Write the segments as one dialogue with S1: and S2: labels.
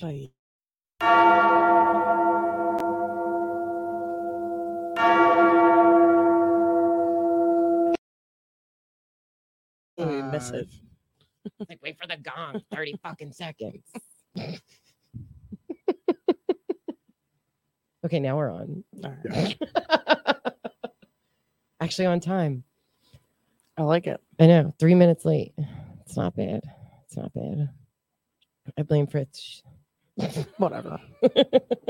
S1: But yeah. we miss it.
S2: Like, wait for the gong, 30 fucking seconds. okay, now we're on.
S1: All right.
S2: Actually, on time.
S1: I like it.
S2: I know, three minutes late. It's not bad. It's not bad. I blame Fritz,
S1: Whatever.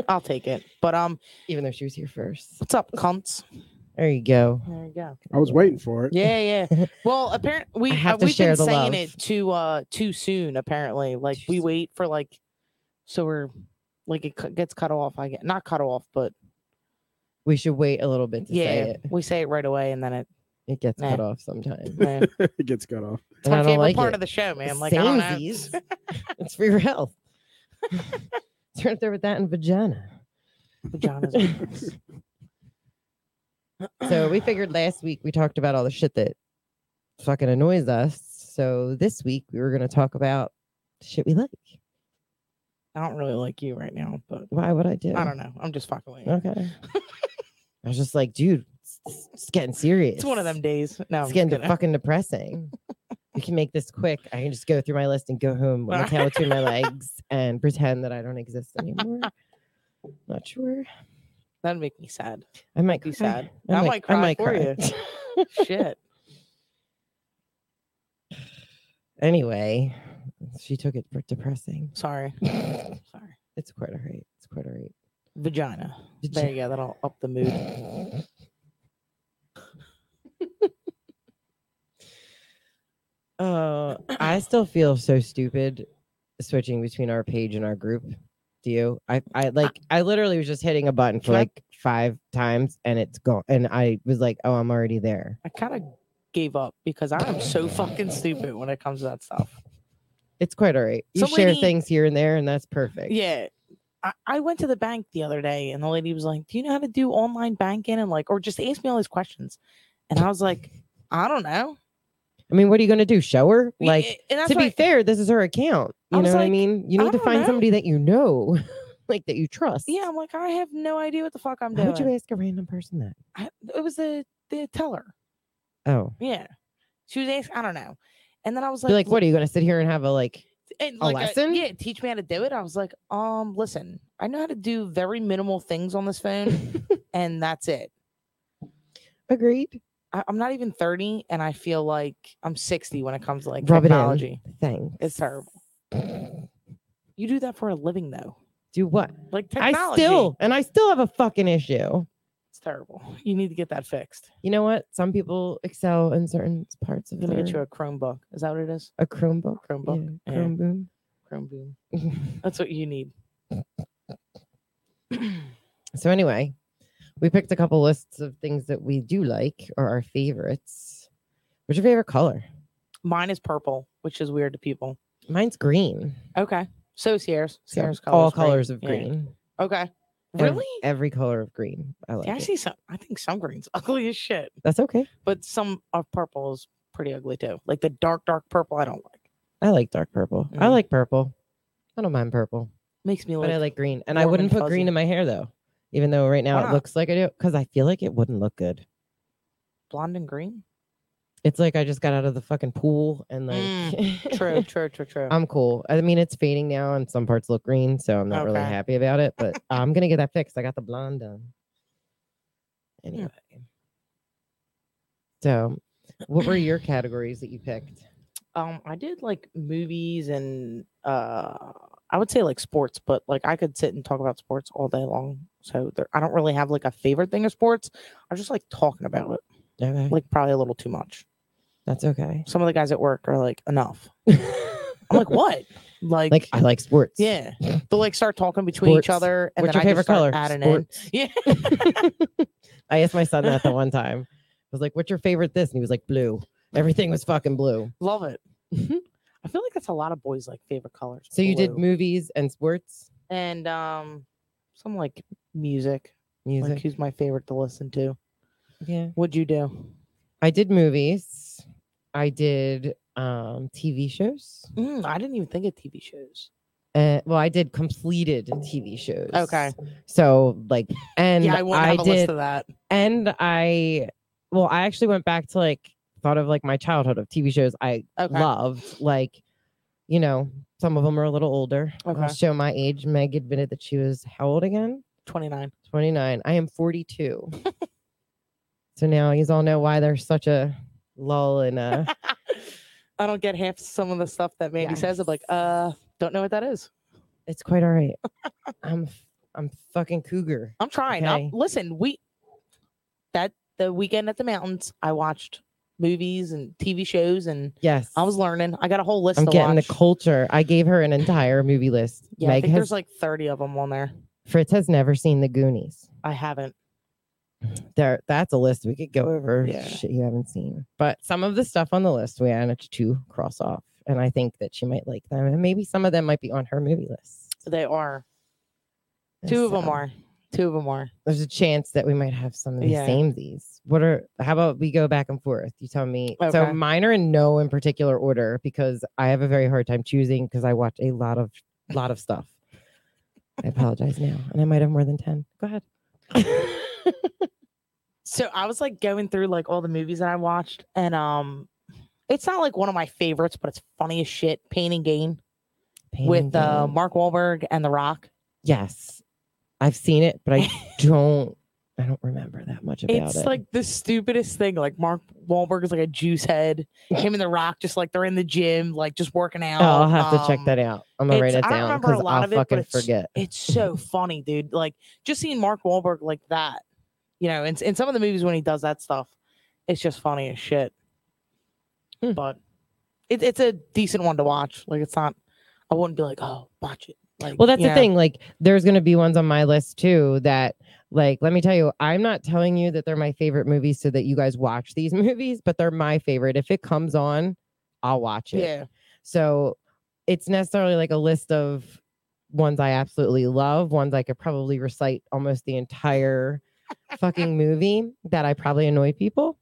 S1: I'll take it. But um,
S2: even though she was here first.
S1: what's up, cunts?
S2: There you go.
S1: There you go.
S3: I was waiting for it.
S1: Yeah, yeah. Well, apparently we
S2: I have
S1: uh,
S2: to
S1: we've
S2: share
S1: been
S2: the
S1: saying
S2: love.
S1: it too uh too soon. Apparently, like
S2: Too
S1: we
S2: soon.
S1: wait for like, so we're like it cu- gets cut off. I get not cut off, but
S2: We should wait a little bit to say
S1: yeah,
S2: it.
S1: we say it right away, and then it.
S2: It gets
S1: Nah.
S2: cut off sometimes.
S1: Man, it's
S3: it gets cut off.
S2: And
S1: my
S2: I
S1: favorite
S2: don't like
S1: part
S2: it.
S1: of the show, man. Like, I don't know.
S2: Samesies. it's for your health. Turn it there with that and vagina.
S1: Vaginas.
S2: So we figured last week we talked about all the shit that fucking annoys us. So this week we were going to talk about the shit we like.
S1: I don't really like you right now, but
S2: Why would I do?
S1: I don't know. I'm just fucking. with you.
S2: Okay. I was just like, dude, it's, it's getting serious.
S1: It's one of them days. No,
S2: It's
S1: I'm
S2: getting
S1: just kidding.
S2: fucking depressing. we can make this quick. I can just go through my list and go home with my tail between my legs and pretend that I don't exist anymore. Not sure.
S1: that'd make me sad.
S2: I might
S1: be
S2: cry.
S1: sad. I might cry for
S2: you.
S1: Shit.
S2: anyway, she took it for depressing.
S1: Sorry.
S2: it's
S1: Sorry.
S2: quite all right. It's quite all right.
S1: Vagina.
S2: Did
S1: There you go. That'll up the mood.
S2: you- Uh, I still feel so stupid switching between our page and our group. Do you? I, I like I literally was just hitting a button for
S1: Can I-
S2: like five times and it's gone. And I was like, oh, I'm already there.
S1: I kind of gave up because I am so fucking stupid when it comes to that stuff.
S2: It's quite all right. You
S1: Some
S2: share
S1: lady-
S2: things here and there, and that's perfect.
S1: Yeah. I, I went to the bank the other day and the lady was like, Do you know how to do online banking? And like, or just asked me all these questions. And I was like, I don't know.
S2: I mean, what are you going to do? Show her?
S1: Y-
S2: Like,
S1: and eh, that's
S2: to be
S1: why-
S2: fair, this is her account.
S1: I
S2: You know
S1: was
S2: what I
S1: like,
S2: mean? You
S1: "I
S2: need to
S1: don't
S2: find
S1: know."
S2: somebody that you know, like that you trust.
S1: Yeah, I'm like, I have no idea what the fuck
S2: How
S1: I'm doing.
S2: would you ask a random person that?
S1: I, it was the the teller.
S2: Oh,
S1: Yeah. She was asking, I don't know. And then I was
S2: be
S1: like,
S2: like, what are you going to sit here and have a like?
S1: and
S2: a
S1: like uh,
S2: lesson?
S1: yeah, teach me how to do it. I was like, um, listen, I know how to do very minimal things on this phone, and that's it.
S2: Agreed.
S1: I, I'm not even 30, and I feel like I'm 60 when it comes to like
S2: Rub it in.
S1: technology.
S2: Thanks.
S1: It's terrible. You do that for a living, though.
S2: Do what?
S1: Like technology,
S2: I still and I still have a fucking issue.
S1: it's terrible. You need to get that fixed.
S2: You know what? Some people excel in certain parts of
S1: I'm gonna get you
S2: their
S1: a Chromebook. Is that what it is?
S2: a Chromebook.
S1: Chromebook,
S2: Yeah,
S1: yeah.
S2: Chromeboom.
S1: Chromeboom. That's what you need.
S2: So anyway, we picked a couple lists of things that we do like or our favorites. What's your favorite color?
S1: Mine is purple, which is weird to people.
S2: Mine's green.
S1: Okay, so Sierra's
S2: So
S1: Sierra's color.
S2: all
S1: is green.
S2: colors of
S1: Yeah.
S2: green.
S1: Okay,
S2: Ev-
S1: really?
S2: Every color of green. I like
S1: Yeah, I
S2: it.
S1: see some. I think some green's ugly as shit,
S2: That's okay.
S1: but some of purple is pretty ugly too. Like the dark, dark purple, I don't like.
S2: I like dark purple. I
S1: Mm.
S2: like purple. I don't mind purple.
S1: Makes me
S2: But
S1: like.
S2: I like green. And I
S1: warm
S2: wouldn't
S1: and
S2: put green
S1: fuzzy.
S2: in my hair though. Even though right now it
S1: not?
S2: looks like I do, because I feel like it wouldn't look good.
S1: blonde and green.
S2: It's like I just got out of the fucking pool and like
S1: Mm, True, true, true, true.
S2: I'm cool. I mean it's fading now and some parts look green, so I'm not really
S1: Okay.
S2: happy about it. But I'm gonna get that fixed. I got the blonde done.
S1: Hmm.
S2: Anyway. So what were your categories that you picked?
S1: um, I did like movies and uh, I would say like sports, but like I could sit and talk about sports all day long. So there, I don't really have like a favorite thing of sports. I just like talking about it,
S2: Okay.
S1: like probably a little too much.
S2: That's okay.
S1: Some of the guys at work are like enough. I'm like, what? Like,
S2: like I like sports.
S1: yeah, they'll like start talking between
S2: Sports.
S1: each other, and
S2: What's
S1: then
S2: your
S1: I
S2: favorite
S1: just start
S2: color?
S1: adding in.
S2: Sports.
S1: Yeah.
S2: I asked my son that the one time. I was like, "What's your favorite this?" And he was like, "Blue." Everything was fucking blue.
S1: Love it.
S2: Mhm.
S1: I feel like that's a lot of boys like favorite colors.
S2: So you did
S1: blue.
S2: movies and sports,
S1: and um some like music.
S2: music.
S1: Like who's my favorite to listen to?
S2: yeah,
S1: What'd you do?
S2: I did movies. I did um, TV shows.
S1: Mm, I didn't even think of TV shows.
S2: Uh, well, I did completed TV shows.
S1: Okay.
S2: So like, and
S1: yeah, I want to
S2: I
S1: have a list
S2: did,
S1: of that.
S2: and I, well, I actually went back to like thought of like my childhood of TV shows I
S1: Okay.
S2: loved. Like, you know, some of them are a little older.
S1: Okay.
S2: I'll show my age. Meg admitted that she was how old again?
S1: 29.
S2: 29. I am 42. so now you all know why there's such a lull in uh
S1: I don't get half some of the stuff that Mandy says. I'm like,
S2: Yes.
S1: uh, don't know what that is.
S2: it's quite all right. I'm f- I'm fucking cougar.
S1: I'm trying. I'm-
S2: Okay.
S1: listen, we that the weekend at the mountains, I watched movies and TV shows, and
S2: Yes.
S1: I was learning. I got a whole list.
S2: I'm
S1: to
S2: getting
S1: watch.
S2: the culture. I gave her an entire movie list.
S1: Yeah, I
S2: Meg
S1: think
S2: has
S1: there's like 30 of them on there.
S2: Fritz has never seen the Goonies.
S1: I haven't.
S2: There that's a list we could go over.
S1: Yeah.
S2: Shit you haven't seen. But some of the stuff on the list we managed to cross off. And I think that she might like them. And maybe some of them might be on her movie list.
S1: They are two of them
S2: So-
S1: are two of them are.
S2: there's a chance that we might have some of the
S1: Yeah.
S2: same these. What are how about we go back and forth? You tell me.
S1: Okay.
S2: So mine are in no in particular order because I have a very hard time choosing because I watch a lot of lot of stuff. I apologize now, and I might have more than ten. Go ahead.
S1: So I was like going through like all the movies that I watched, and um, it's not like one of my favorites, but it's funny as shit. Pain and Gain
S2: Pain
S1: with
S2: and
S1: uh,
S2: Gain.
S1: Mark Wahlberg and The Rock.
S2: yes, I've seen it, but I don't. I don't remember that much about
S1: It's
S2: it.
S1: like the stupidest thing. Like Mark Wahlberg is like a juice head. Him and The Rock just like they're in the gym, like just working out.
S2: Oh, I'll have to check
S1: Um,
S2: that out. I'm gonna write
S1: it's-
S2: it
S1: I don't
S2: down
S1: remember a
S2: because
S1: lot
S2: I'll
S1: of it, but
S2: fucking
S1: it's-
S2: forget.
S1: It's so funny, dude. Like just seeing Mark Wahlberg like that, you know, and in some of the movies when he does that stuff, it's just funny as shit.
S2: Hmm.
S1: But it, it's a decent one to watch. Like it's not, I wouldn't be like, oh, watch it. Like,
S2: Well, that's
S1: you
S2: the
S1: know,
S2: thing. Like, there's going to be ones on my list too that, like, let me tell you, I'm not telling you that they're my favorite movies so that you guys watch these movies, but they're my favorite. If it comes on, I'll watch it.
S1: Yeah,
S2: So it's necessarily like a list of ones I absolutely love, ones I could probably recite almost the entire fucking movie that I probably annoy people.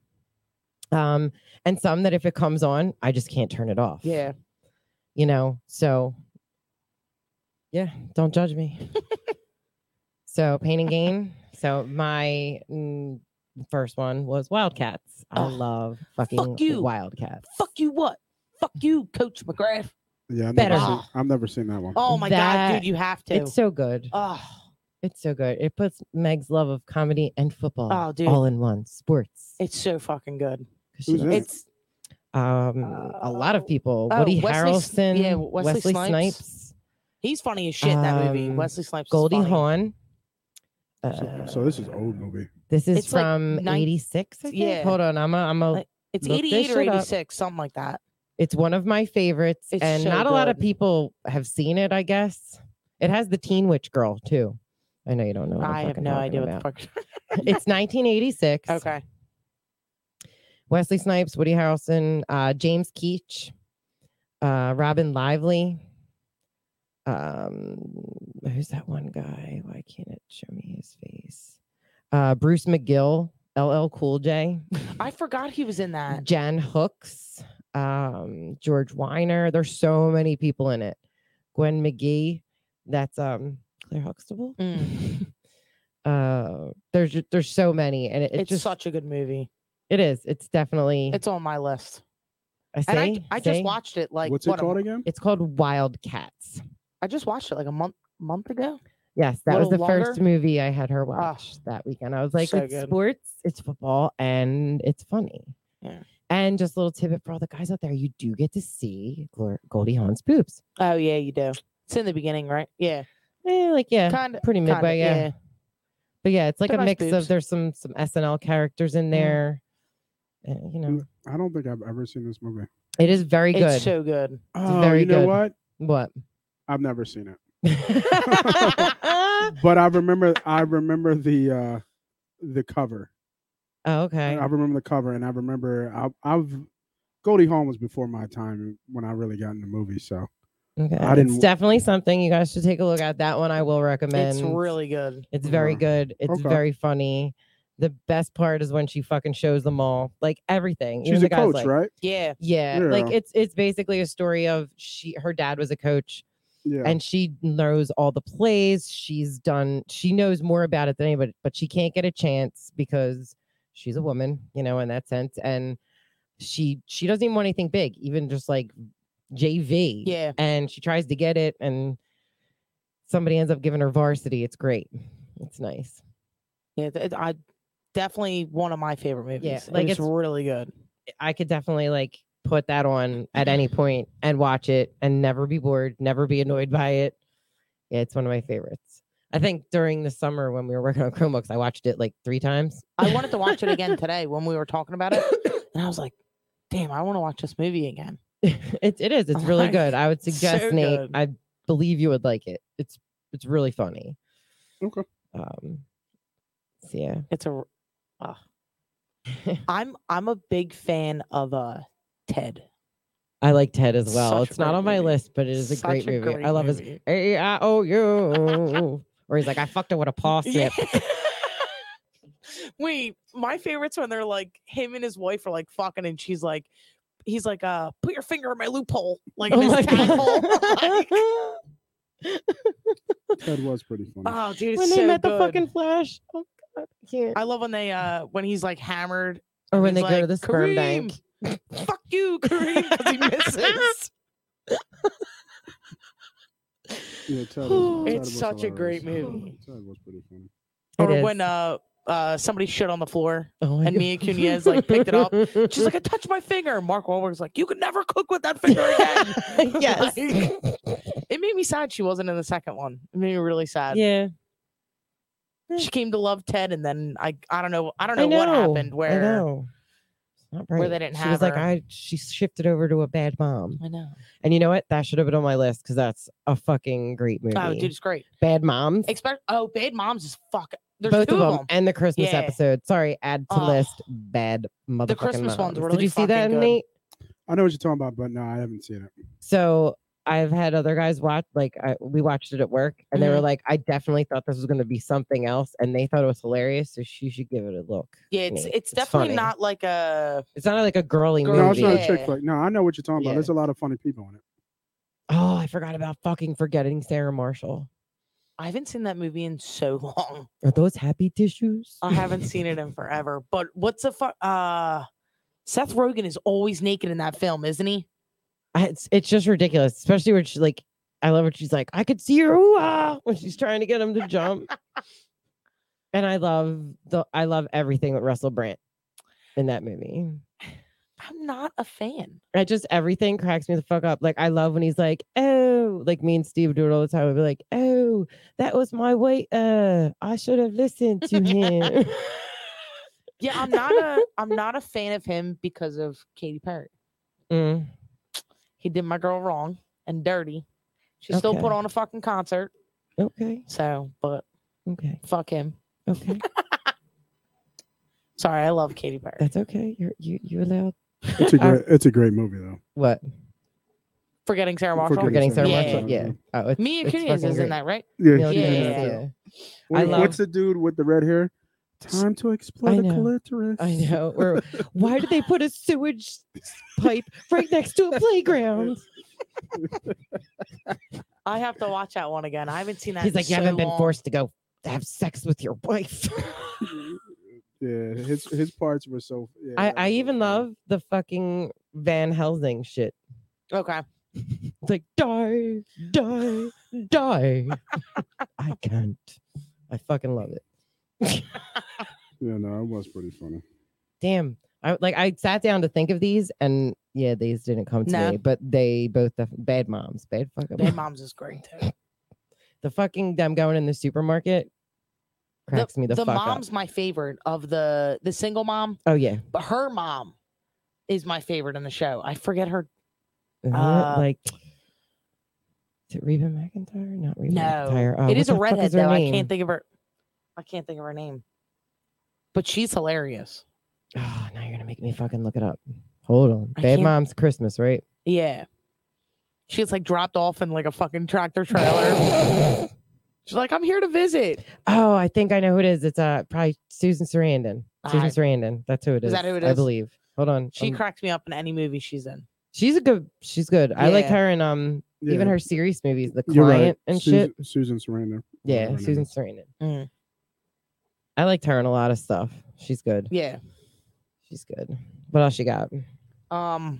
S2: Um, and some that if it comes on, I just can't turn it off.
S1: yeah.
S2: You know, so yeah, don't judge me. so pain and gain. So my mm, first one was Wildcats. I
S1: Ugh,
S2: love fucking
S1: you.
S2: Wildcats.
S1: Fuck you, what? Fuck you, Coach McGrath.
S3: Yeah, I've
S2: Better.
S3: never, seen, I've never seen that one.
S1: Oh my god,
S2: That-
S1: dude, you have to.
S2: It's so good.
S1: oh,
S2: It's so good. It puts Meg's love of comedy and football
S1: Oh, dude.
S2: all in one. Sports.
S1: it's so fucking good.
S2: 'cause she
S3: Who's
S2: loves
S3: in it?
S1: It's
S2: um a lot
S1: Oh,
S2: of people.
S1: oh,
S2: Woody
S1: Wesley S- yeah,
S2: Harrelson.
S1: Wesley Snipes. he's funny as shit. in That movie,
S2: Um,
S1: Wesley Snipes, is
S2: Goldie
S1: funny.
S2: Hawn. Uh,
S3: So, so this is old movie.
S2: This is
S1: It's like
S2: from
S1: nine-
S2: '86. I think.
S1: Yeah.
S2: Hold on, I'm a, I'm a.
S1: Like- It's
S2: Look this
S1: 88 or
S2: shit up.
S1: 86, something like that.
S2: It's one of my favorites,
S1: It's
S2: and
S1: so
S2: not a lot of
S1: good.
S2: people have seen it. I guess it has the Teen Witch Girl too. I know you don't know. What I'm
S1: I have
S2: fucking
S1: no
S2: talking
S1: idea
S2: about.
S1: what the fuck.
S2: It's 1986.
S1: okay.
S2: Wesley Snipes, Woody Harrelson, uh, James Keach, uh, Robin Lively. Um, who's that one guy? Why can't it show me his face? Uh, Bruce McGill, LL Cool J.
S1: I forgot he was in that.
S2: Jen Hooks, um, George Weiner. There's so many people in it. Gwen McGee, that's um Claire Huxtable.
S1: Mm.
S2: uh, there's ju- there's so many, and it, it
S1: it's
S2: just
S1: such a good movie.
S2: it is. It's definitely
S1: It's on my list.
S2: I say,
S1: And I, I
S2: say,
S1: just watched it like
S3: What's it
S1: what a-
S3: called again?
S2: It's called Wildcats.
S1: I just watched it like a month month ago.
S2: Yes, that was
S1: Little
S2: the first
S1: longer?
S2: movie I had her
S1: Ah,
S2: watch that weekend. I was like,
S1: so
S2: it's
S1: good.
S2: sports, it's football, and it's funny.
S1: Yeah.
S2: And just a little tidbit for all the guys out there, you do get to see Glor- Goldie Hawn's boobs.
S1: Oh yeah, you do. It's in the beginning, right? Yeah.
S2: Eh, like yeah,
S1: Kind of
S2: pretty
S1: kinda,
S2: midway, yeah.
S1: yeah.
S2: But yeah, it's like
S1: They're
S2: a mix
S1: nice boobs. Mm.
S2: of there's some some SNL characters in there. Uh, you know,
S3: Mm, I don't think I've ever seen this movie.
S2: it is very good.
S1: it's so good.
S3: Oh,
S2: very
S3: you know
S2: good.
S3: what?
S2: what?
S3: I've never seen it.
S2: oh,
S3: But I remember I remember the uh the cover. I
S2: Oh, okay.
S3: I remember the cover and I remember I I've Goldie Hawn was before my time when I really got into movies, so
S2: Okay.
S3: I
S2: it's
S3: didn't-
S2: definitely something you guys should take a look at. That one I will recommend.
S1: It's really good.
S2: It's very
S3: Mhm.
S2: good. It's
S3: Okay.
S2: very funny. The best part is when she fucking shows them all, like everything. Even
S3: She's
S2: the
S3: a
S2: guy's
S3: coach,
S2: like-
S3: right?
S1: Yeah.
S2: Yeah, like
S3: Yeah.
S2: it's it's basically a story of she her dad was a coach
S3: Yeah.
S2: and she knows all the plays. She's done she knows more about it than anybody, but she can't get a chance because she's a woman, you know, in that sense. And she she doesn't even want anything big, even just like JV.
S1: Yeah.
S2: And she tries to get it and somebody ends up giving her varsity. It's great. It's nice.
S1: Yeah. th- I definitely one of my favorite movies. and
S2: like,
S1: it's
S2: it's-
S1: really good.
S2: I could definitely like put that on at any point and watch it and never be bored, never be annoyed by it. Yeah, it's one of my favorites. I think during the summer when we were working on Chromebooks, I watched it like three times.
S1: I wanted to watch it again today when we were talking about it, and I was like, "Damn, I want to watch this movie again."
S2: it, it is. It's really
S1: Like,
S2: good. I would suggest
S1: Oh so
S2: Nate.
S1: good.
S2: I believe you would like it. It's it's really funny.
S3: Okay.
S2: Um. So yeah.
S1: It's a. Uh, I'm I'm a big fan of uh Ted.
S2: I like Ted as well.
S1: Such a
S2: it's not
S1: great
S2: on my
S1: movie.
S2: list, but it is a
S1: Such
S2: great
S1: a
S2: movie.
S1: great
S2: I love his
S1: movie.
S2: "Hey, I owe you," or he's like, "I fucked it with a paw snip."
S1: Yeah. Wait, my favorites when they're like him and his wife are like fucking, and she's like, he's like, uh, put your finger in my loophole, like in
S2: Oh my
S1: his tag hole.
S2: God.
S1: Like,
S3: Ted was pretty funny.
S1: oh, dude, it's
S2: when they
S1: so
S2: met the
S1: good.
S2: fucking Flash. Oh God, I can't.
S1: I love when they uh when he's like hammered.
S2: or when they
S1: he's
S2: go to
S1: like,
S2: the sperm bank.
S1: "Kareem, Fuck you, Kareem, because he misses.
S3: Yeah, Ted was, Ted
S1: It's
S3: was
S1: such a great
S3: hilarious.
S1: movie.
S3: Ted was pretty funny.
S2: It
S1: or when
S2: is.
S1: uh uh somebody shit on the floor.
S2: Oh my
S1: and
S2: God.
S1: Mia Kunis, like, picked it up. She's like, I touched my finger. And Mark Wahlberg's like, you could never cook with that finger again.
S2: yes.
S1: Like, it made me sad she wasn't in the second one. It made me really sad.
S2: yeah.
S1: She came to love Ted, and then I I don't know I don't
S2: I
S1: know,
S2: know
S1: what happened
S2: I
S1: where
S2: know. It's Not right.
S1: they didn't
S2: she
S1: have
S2: was like,
S1: her.
S2: I she shifted over to a bad mom.
S1: I know.
S2: And you know what? That should have been on my list because that's a fucking great movie.
S1: Oh, dude, it's great.
S2: Bad moms.
S1: Expect oh, Bad Moms is fuck. There's
S2: Both
S1: two
S2: of them, and the Christmas
S1: Yeah.
S2: episode. Sorry, add to
S1: Oh.
S2: list bad motherfucking
S1: Christmas one's
S2: moms. Did
S1: really
S2: you see that,
S1: fucking good.
S2: Nate?
S3: I know what you're talking about, but no, I haven't seen it.
S2: So I've had other guys watch, like I, we watched it at work, and they were
S1: Mhm.
S2: like, "I definitely thought this was going to be something else," and they thought it was hilarious. So she should give it a look.
S1: Yeah, it's
S2: Nate.
S1: it's definitely
S2: funny.
S1: not like a
S2: It's not like a girly
S1: Girl-
S3: No, it's
S2: movie.
S3: not a
S1: Yeah.
S3: chick flick. No, I know what you're talking
S2: Yeah.
S3: about. There's a lot of funny people in it.
S2: Oh, I forgot about fucking forgetting Sarah Marshall.
S1: I haven't seen that movie in so long.
S2: Are those happy tissues?
S1: I haven't seen it in forever. But what's the fuck? Uh, Seth Rogen is always naked in that film, isn't he?
S2: I- it's, it's just ridiculous, especially when she's like, I love when she's like, I could see your ooh when she's trying to get him to jump. and I love the I love everything with Russell Brand in that movie.
S1: I'm not a fan.
S2: I just everything cracks me the fuck up. Like I love when he's like, oh, like me and Steve do it all the time. We'd be like, oh, that was my way. Uh, I should have listened to him.
S1: Yeah, I'm not a I'm not a fan of him because of Katy Perry.
S2: Mm.
S1: He did my girl wrong and dirty. She still put
S2: Okay.
S1: on a fucking concert.
S2: Okay.
S1: So, but
S2: Okay.
S1: fuck him.
S2: Okay.
S1: Sorry, I love Katy Perry.
S2: That's okay. You're you you allowed
S3: It's a
S2: Our-
S3: great, it's a great movie though.
S2: what?
S1: Forgetting Sarah Marshall.
S3: Forgetting
S2: Forgetting Sarah
S1: Sarah
S2: Marshall.
S3: Marshall.
S2: Yeah. Oh, it's,
S1: Mia
S2: it's
S1: Kunis is
S2: fucking
S1: in
S2: great.
S1: that, right?
S3: Yeah,
S2: Mia
S3: she's
S1: yeah,
S3: in
S2: Kunis,
S3: that,
S1: yeah.
S3: too.
S2: I
S3: Wait,
S2: love-
S3: What's the dude with the red hair? Time to explore
S2: I
S3: the
S2: know.
S3: clitoris.
S2: I know. Or why did they put a sewage s- pipe right next to a playground?
S1: I have to watch that one again. I haven't seen that.
S2: He's
S1: in
S2: like, you
S1: so
S2: haven't been
S1: long."
S2: forced to go have sex with your wife.
S3: Yeah, his his parts were so. Yeah,
S2: I,
S3: that
S2: I
S3: was so
S2: even
S3: funny.
S2: love the fucking Van Helsing shit.
S1: Okay.
S2: It's like die, die, die. I can't. I fucking love it.
S3: Yeah, no, it was pretty funny.
S2: Damn. I like I sat down to think of these and yeah, these didn't come to
S1: No.
S2: me, but they both def- bad moms, bad fucking
S1: Bad
S2: moms.
S1: Moms is great too.
S2: The fucking them going in the supermarket cracks me the, fuck
S1: mom's
S2: up.
S1: my favorite of the the single mom.
S2: Oh yeah.
S1: but her mom is my favorite in the show. I forget her.
S2: Isn't it,
S1: Uh,
S2: like is it Reba McIntyre? Not Reba
S1: No,
S2: McIntyre. Oh,
S1: it is a redhead
S2: redhead
S1: though. I can't think of her. I can't think of her name, but she's hilarious.
S2: Oh, now you're gonna make me fucking look it up. Hold on.
S1: I
S2: Bad
S1: can't-
S2: mom's Christmas, right?
S1: Yeah, she's like dropped off in like a fucking tractor trailer. She's like, I'm here to visit.
S2: Oh, I think I know who it is. It's uh probably Susan Sarandon. Susan
S1: I-
S2: Sarandon. That's who it is.
S1: Is that who it
S2: I
S1: is?
S2: believe. Hold on.
S1: She
S2: um,
S1: cracks me up in any movie she's in.
S2: she's a good. She's good. I like
S1: Yeah.
S2: her in um even
S3: Yeah,
S2: her serious movies, The
S3: you're right.
S2: Client and
S3: Susan,
S2: shit.
S3: Susan Sarandon. I
S2: Yeah,
S3: remember.
S2: Susan Sarandon.
S1: Mm.
S2: I liked her in a lot of stuff. She's good.
S1: Yeah.
S2: She's good. What else you got?
S1: Um,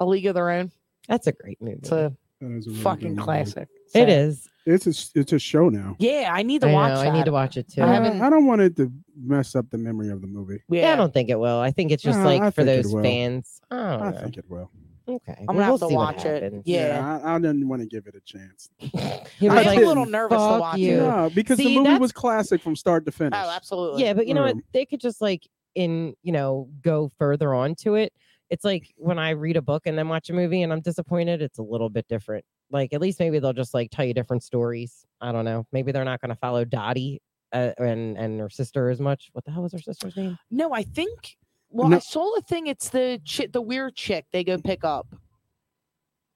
S1: A League of Their Own.
S2: That's a great movie.
S1: It's a
S3: That is a really good
S1: fucking
S3: movie.
S1: classic.
S2: it
S1: So-
S2: is.
S3: It's a s- it's a show now.
S1: Yeah, I need
S2: I
S1: to
S2: know.
S1: watch.
S2: I need
S1: that.
S2: to watch it too.
S1: I
S3: Uh,
S1: haven't-
S3: I don't want it to mess up the memory of the movie.
S1: Yeah,
S2: Yeah, I don't think it will. I think it's just
S3: No,
S2: like
S3: I
S2: for
S3: think it
S2: those
S3: will.
S2: fans. I don't
S3: I
S2: know.
S3: think it will.
S2: Okay.
S1: I'm
S2: well,
S1: gonna have
S2: we'll
S1: to
S2: see what
S1: watch it.
S2: happens.
S1: Yeah.
S3: I, I didn't want to give it a chance.
S2: He
S1: I
S2: was
S3: am a
S2: like,
S1: little nervous to
S2: "Fuck
S1: watch it."
S2: you."
S3: No, because
S2: See,
S3: the movie
S2: that's-
S3: was classic from start to finish.
S1: Oh, absolutely.
S2: Yeah, but you know what?
S3: Um,
S2: They could just like in you know go further on to it. It's like when I read a book and then watch a movie and I'm disappointed. It's a little bit different. Like at least maybe they'll just like tell you different stories. I don't know. Maybe they're not going to follow Dottie uh, and and her sister as much. What the hell was her sister's name?
S1: No, I think. Well, I
S3: No.
S1: saw a thing. It's the chi- the weird chick they go pick up.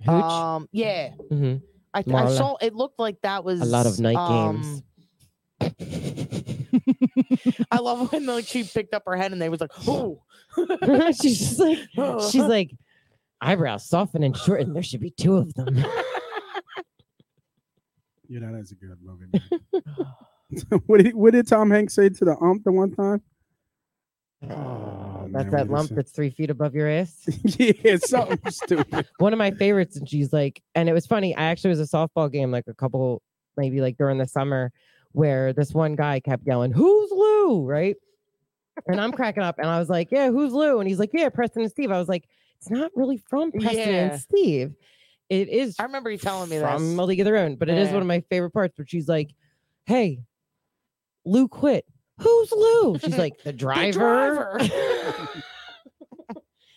S2: Hooch.
S1: Um, yeah,
S2: hmm
S1: I, th- I
S2: Marla.
S1: saw. It looked like that was
S2: A lot of night
S1: um,
S2: games.
S1: I love when like she picked up her head and they was like, "Oh,
S2: she's just like she's like eyebrows soften and shorten. There should be two of them.
S3: You know, that's a good movie. man. what, did, what did Tom Hanks say to the ump the one time?
S2: Oh,
S3: Oh, man,
S2: that's
S3: what
S2: that
S3: is
S2: lump
S3: it?
S2: that's three feet above your ass.
S3: yeah, something stupid.
S2: One of my favorites, and she's like, and it was funny. I actually was a softball game like a couple, maybe like during the summer, where this one guy kept yelling, "Who's Lou?" Right, and I'm cracking up, and I was like, "Yeah, who's Lou?" And he's like, "Yeah, Preston and Steve." I was like, "It's not really from Preston
S1: Yeah.
S2: and Steve. It is
S1: I remember you telling me
S2: from
S1: this."
S2: A League of Their Own, but it is
S1: Yeah.
S2: one of my favorite parts where she's like, "Hey, Lou quit. Who's Lou?" She's like, "The driver."
S1: The driver.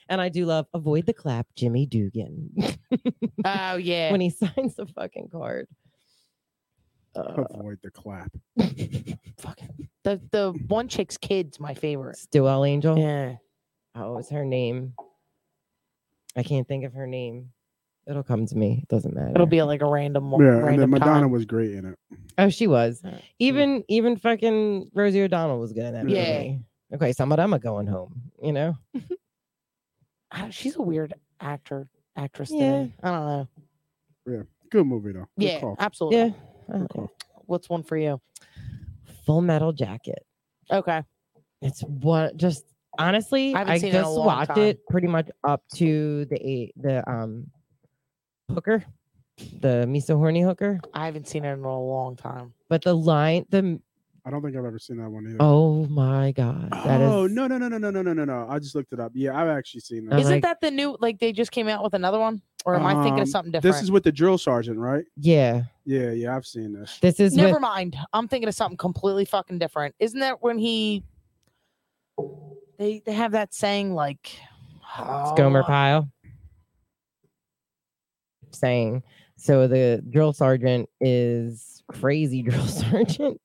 S2: And I do love avoid the clap, Jimmy Dugan,
S1: oh yeah.
S2: when he signs the fucking card. Uh,
S3: Avoid the clap.
S1: Fucking- the the one chick's kid's my favorite.
S2: Stillwell Angel.
S1: Yeah.
S2: Oh, it's her name. I can't think of her name. It'll come to me. It doesn't matter.
S1: It'll be like a random one.
S3: Yeah, and
S1: random
S3: then Madonna
S1: time.
S3: was great in it.
S2: Oh, she was.
S1: Uh, mm.
S2: Even even fucking Rosie O'Donnell was good in that
S1: Yeah.
S2: movie. Okay, some of them are going home. You know.
S1: I don't, she's a weird actor actress. to
S2: Yeah.
S1: me. I don't know.
S3: Good movie though. Good
S1: Yeah,
S3: call.
S1: absolutely.
S2: Yeah. I
S3: Good
S2: like
S3: call.
S1: What's one for you?
S2: it. Full Metal Jacket.
S1: Okay.
S2: It's what just honestly,
S1: I haven't
S2: I,
S1: seen it in a
S2: just
S1: long
S2: watched
S1: time.
S2: it pretty much up to the eight, the um hooker, the miso horny hooker.
S1: I haven't seen it in a long time.
S2: But the line, the m-
S3: I don't think I've ever seen that one either.
S2: oh my god, that is
S3: Oh, no no no no no no no no no! I just looked it up. Yeah, I've actually seen that.
S2: I'm
S1: Isn't
S2: like-
S1: that the new like they just came out with another one? Or am I thinking
S3: Um,
S1: of something different?
S3: This is with the drill sergeant, right?
S2: yeah.
S3: Yeah, yeah, I've seen this.
S2: This is
S1: Never
S2: with,
S1: mind. I'm thinking of something completely fucking different. Isn't that when he they they have that saying like
S2: it's Gomer
S1: oh,
S2: Pyle saying. So the drill sergeant is crazy drill sergeant.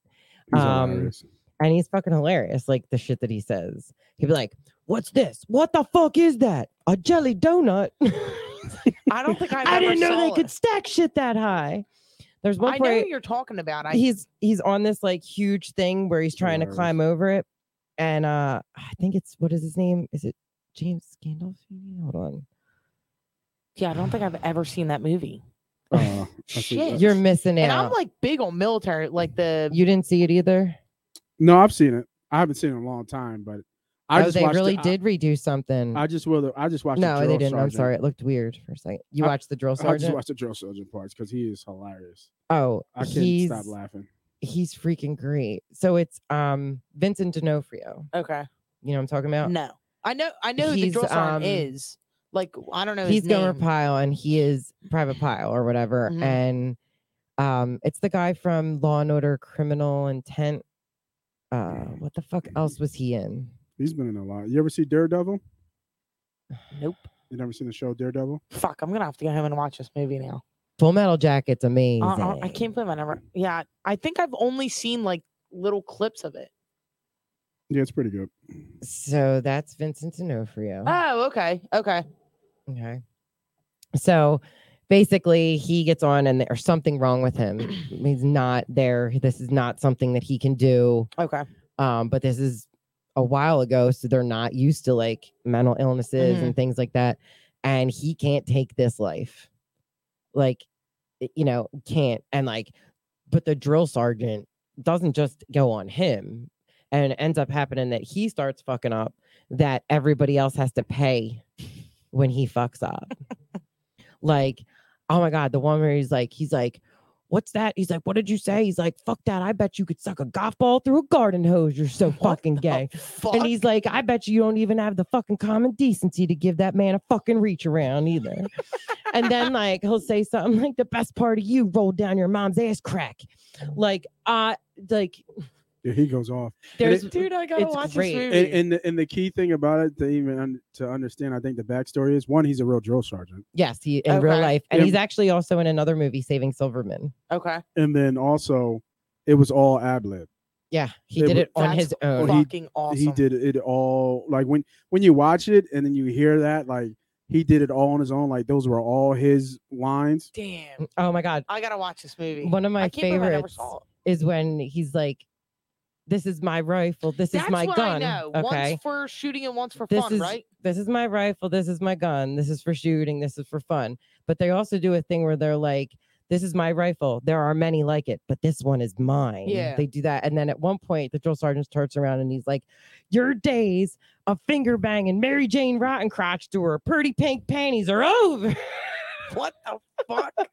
S3: He's
S2: Um,
S3: hilarious.
S2: and he's fucking hilarious. Like the shit that he says, he'd be like, "What's this? What the fuck is that? A jelly donut?
S1: I don't think I've
S2: I didn't
S1: ever
S2: know they
S1: saw
S2: could
S1: it.
S2: stack shit that high." There's one
S1: I know
S2: point
S1: who you're talking about. I
S2: he's he's on this like huge thing where he's trying to
S3: Hilarious.
S2: climb over it, and uh I think it's what is his name? Is it James Gandolfini? Hold on,
S1: yeah, I don't think I've ever seen that movie.
S3: Uh, I think
S1: Shit.
S3: that's-
S2: you're missing
S1: And I'm
S2: out.
S1: like big on military, like the
S2: you didn't see it either.
S3: no, I've seen it. I haven't seen it in a long time, but I
S2: oh,
S3: just
S2: they
S3: watched
S2: really
S3: it. I-
S2: did redo something.
S3: I just will. I just watched. the
S2: no, they
S3: drill
S2: didn't. I'm
S3: sergeant.
S2: sorry. It looked weird for a second. You
S3: I-
S2: watched the drill
S3: I just
S2: sergeant?
S3: watched the drill sergeant parts because he is hilarious.
S2: oh,
S3: I can't
S2: he's
S3: stop laughing.
S2: he's freaking great. So it's um Vincent D'Onofrio.
S1: Okay.
S2: You know what I'm talking about?
S1: No. I know I know who the
S2: He's,
S1: drill sergeant
S2: um,
S1: is. Like I don't know
S2: He's
S1: his
S2: Gomer
S1: name.
S2: Pyle and he is Private Pyle or whatever.
S1: Mhm.
S2: And um it's the guy from Law and Order Criminal Intent. Uh what the fuck else was he in?
S3: He's been in a lot. You ever see Daredevil?
S1: Nope.
S3: You never seen the show Daredevil?
S1: Fuck, I'm gonna have to go home and watch this movie now.
S2: Full Metal Jacket's amazing.
S1: Uh, uh, I can't believe I never. Yeah, I think I've only seen like little clips of it.
S3: Yeah, it's pretty good.
S2: So that's Oh.
S1: Ah!
S2: Vincent D'Onofrio.
S1: Oh, okay, okay.
S2: Okay. So basically he gets on and there's something wrong with him. He's not there. This is not something that he can do.
S1: Okay.
S2: Um, but this is a while ago, so they're not used to like mental illnesses
S1: Mhm.
S2: and things like that. And he can't take this life. Like, i- you know, can't. And like, but the drill sergeant doesn't just go on him and it ends up happening that he starts fucking up that everybody else has to pay when he fucks up. like, oh my God, the one where he's like, he's like, what's that? He's like, what did you say? He's like, fuck that. I bet you could suck a golf ball through a garden hose. You're so
S1: What
S2: fucking
S1: the
S2: gay.
S1: Oh, fuck?
S2: And he's like, I bet you don't even have the fucking common decency to give that man a fucking reach around either. and then like he'll say something like the best part of you rolled down your mom's ass crack. Like uh like
S3: Yeah, he goes off.
S2: there's
S1: dude, I gotta
S2: it's
S1: watch
S2: great.
S1: this
S2: And-
S1: movie.
S3: And, and the, and the key thing about it to even un- to understand, I think the backstory is one, he's a real drill sergeant,
S2: yes, he in real
S1: Okay.
S2: life. And
S3: Yeah.
S2: he's actually also in another movie, Saving Silverman.
S1: okay.
S3: and then also, it was all ab lib.
S2: Yeah, he
S3: It
S2: did
S3: wa-
S2: it on
S1: That's
S2: his own.
S3: Well, he-
S1: Fucking awesome.
S3: He did it all like when when you watch it and then you hear that like he did it all on his own. Like those were all his lines.
S1: Damn.
S2: oh my god.
S1: I gotta watch this movie.
S2: One of my
S1: I can't believe I never
S2: favorites
S1: saw it.
S2: is when he's like, This is my rifle, this
S1: That's
S2: is my
S1: what
S2: gun.
S1: I know.
S2: Okay.
S1: Once for shooting and once for
S2: This
S1: fun,
S2: is-
S1: right?
S2: this is my rifle, this is my gun, this is for shooting, this is for fun. But they also do a thing where they're like, this is my rifle. There are many like it, but this one is mine.
S1: Yeah.
S2: They do that. And then at one point, the drill sergeant turns around and he's like, Your days of finger banging Mary Jane Rotten Crotch to her pretty pink panties are over.
S1: What the fuck?
S2: I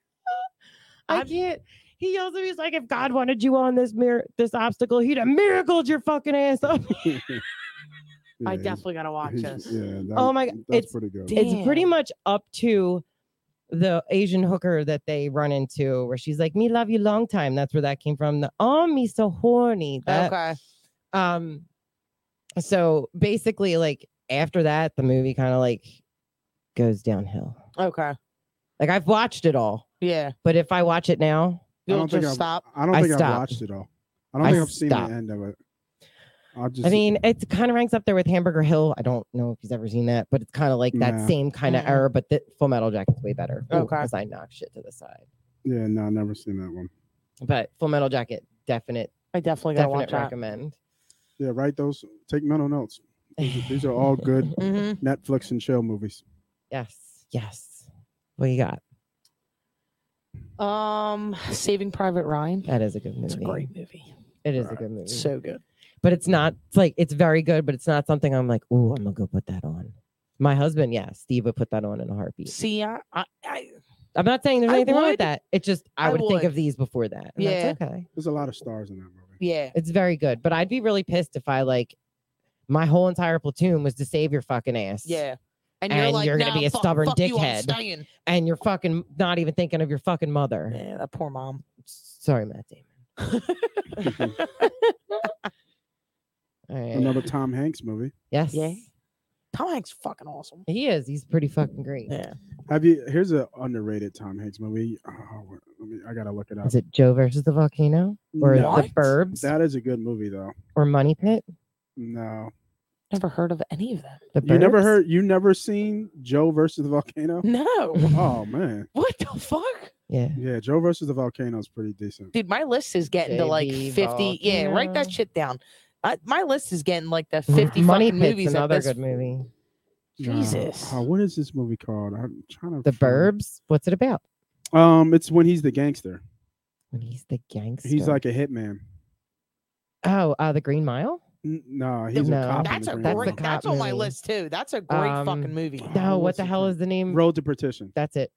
S1: I'm-
S2: can't. He yells at me, he's like, if God wanted you on this mirror, this obstacle, he'd have miracled your fucking ass up.
S3: Yeah,
S1: I
S3: he's-
S1: definitely gotta watch
S3: he's-
S1: this.
S3: Yeah, that,
S2: Oh my God,
S3: that's
S2: it's
S3: pretty good.
S2: it's pretty
S1: Damn.
S2: much up to the Asian hooker that they run into, where she's like, "Me love you long time." That's where that came from. The oh, me so horny. That
S1: okay.
S2: um, so basically, like after that, the movie kind of like goes downhill.
S1: Okay.
S2: Like I've watched it all,
S1: Yeah.
S2: but if I watch it now,
S3: I
S1: You'll
S3: don't think
S1: just
S3: I've,
S1: stop.
S3: I don't
S2: I
S3: think I've
S2: stopped.
S3: watched it all. I don't
S2: I
S3: think I've seen
S2: stopped.
S3: the end of it. I just
S2: I mean, it kind of ranks up there with Hamburger Hill. I don't know if he's ever seen that, but it's kind of like that
S3: Nah.
S2: same kind of
S1: Mm-mm.
S2: error. But the Full Metal Jacket's way better.
S1: Okay.
S2: because I knock shit to the side.
S3: yeah, no, I've never seen that one.
S2: But Full Metal Jacket, definite,
S1: I definitely gotta
S2: definite
S1: watch
S2: recommend.
S3: Yeah, write those. Take mental notes. These are- these are all good
S1: that. Mm-hmm.
S3: Netflix and chill movies.
S2: Yes. Yes. What you got?
S1: Um, Saving Private Ryan.
S2: That is a good movie.
S1: It's a great movie.
S2: It is a
S3: Alright,
S2: good movie.
S1: So good.
S2: but it's not it's like it's very good, but it's not something I'm like, oh, I'm gonna go put that on. My husband, yeah, Steve would put that on in a heartbeat.
S1: See, I, I, I
S2: I'm not saying there's
S1: I
S2: anything wrong with
S1: would.
S2: that. It's just I
S1: I
S2: would, think
S1: would.
S2: of these before that. and that's okay.
S3: There's a lot of stars in that movie.
S1: yeah.
S2: It's very good. But I'd be really pissed if I like my whole entire platoon was to save your fucking ass.
S1: Yeah.
S2: And you're gonna be a
S1: fuck-
S2: stubborn
S1: fuck you, I'm
S2: dickhead."
S1: staying."
S2: And you're fucking not even thinking of your fucking mother.
S1: Yeah, that poor mom.
S2: Sorry, Matt Damon. All right.
S3: Another Tom Hanks movie.
S2: Yes.
S1: Tom Hanks fucking awesome.
S2: He is. He's pretty fucking great.
S1: Yeah.
S3: Have you? Here's an underrated Tom Hanks movie. Oh, wait, let me, I gotta look it up.
S2: Is it Joe versus the volcano? Or
S3: No.
S2: the
S1: What?
S2: Burbs?
S3: That is a good movie though.
S2: or Money Pit?
S3: No,
S1: Never heard of any of them.
S2: The
S3: you never
S2: Burbs?
S3: heard. You never seen Joe versus the volcano?
S1: No.
S3: Oh man,
S1: what the fuck?
S2: Yeah.
S3: yeah, Joe versus the volcano is pretty decent.
S1: Dude, my list is getting to like
S2: JB
S1: 50. Yeah, write
S2: Volcano.
S1: that shit down. I, my list is getting like the 50
S2: Money
S1: fucking
S2: Pit's
S1: movies. at
S2: another
S1: this-
S2: good movie.
S3: Nah.
S1: Jesus.
S3: Oh, what is this movie called? I'm trying to.
S2: The
S3: find it.
S2: Burbs? What's it about?
S3: Um, it's when he's the gangster.
S2: When he's the gangster.
S3: He's like a hitman.
S2: oh, uh, the Green Mile.
S3: N- No, he's
S2: No.
S3: a cop. in
S1: That's
S3: the
S1: a
S3: Green
S1: great.
S2: That's
S3: Mile.
S2: the cop
S1: that's on my
S2: movie.
S1: list too. That's a great
S2: Um,
S1: fucking movie.
S3: Oh,
S2: No, what
S3: what's
S2: the
S3: his
S2: hell
S3: name?
S2: is the name?
S3: Road to Perdition.
S2: That's it.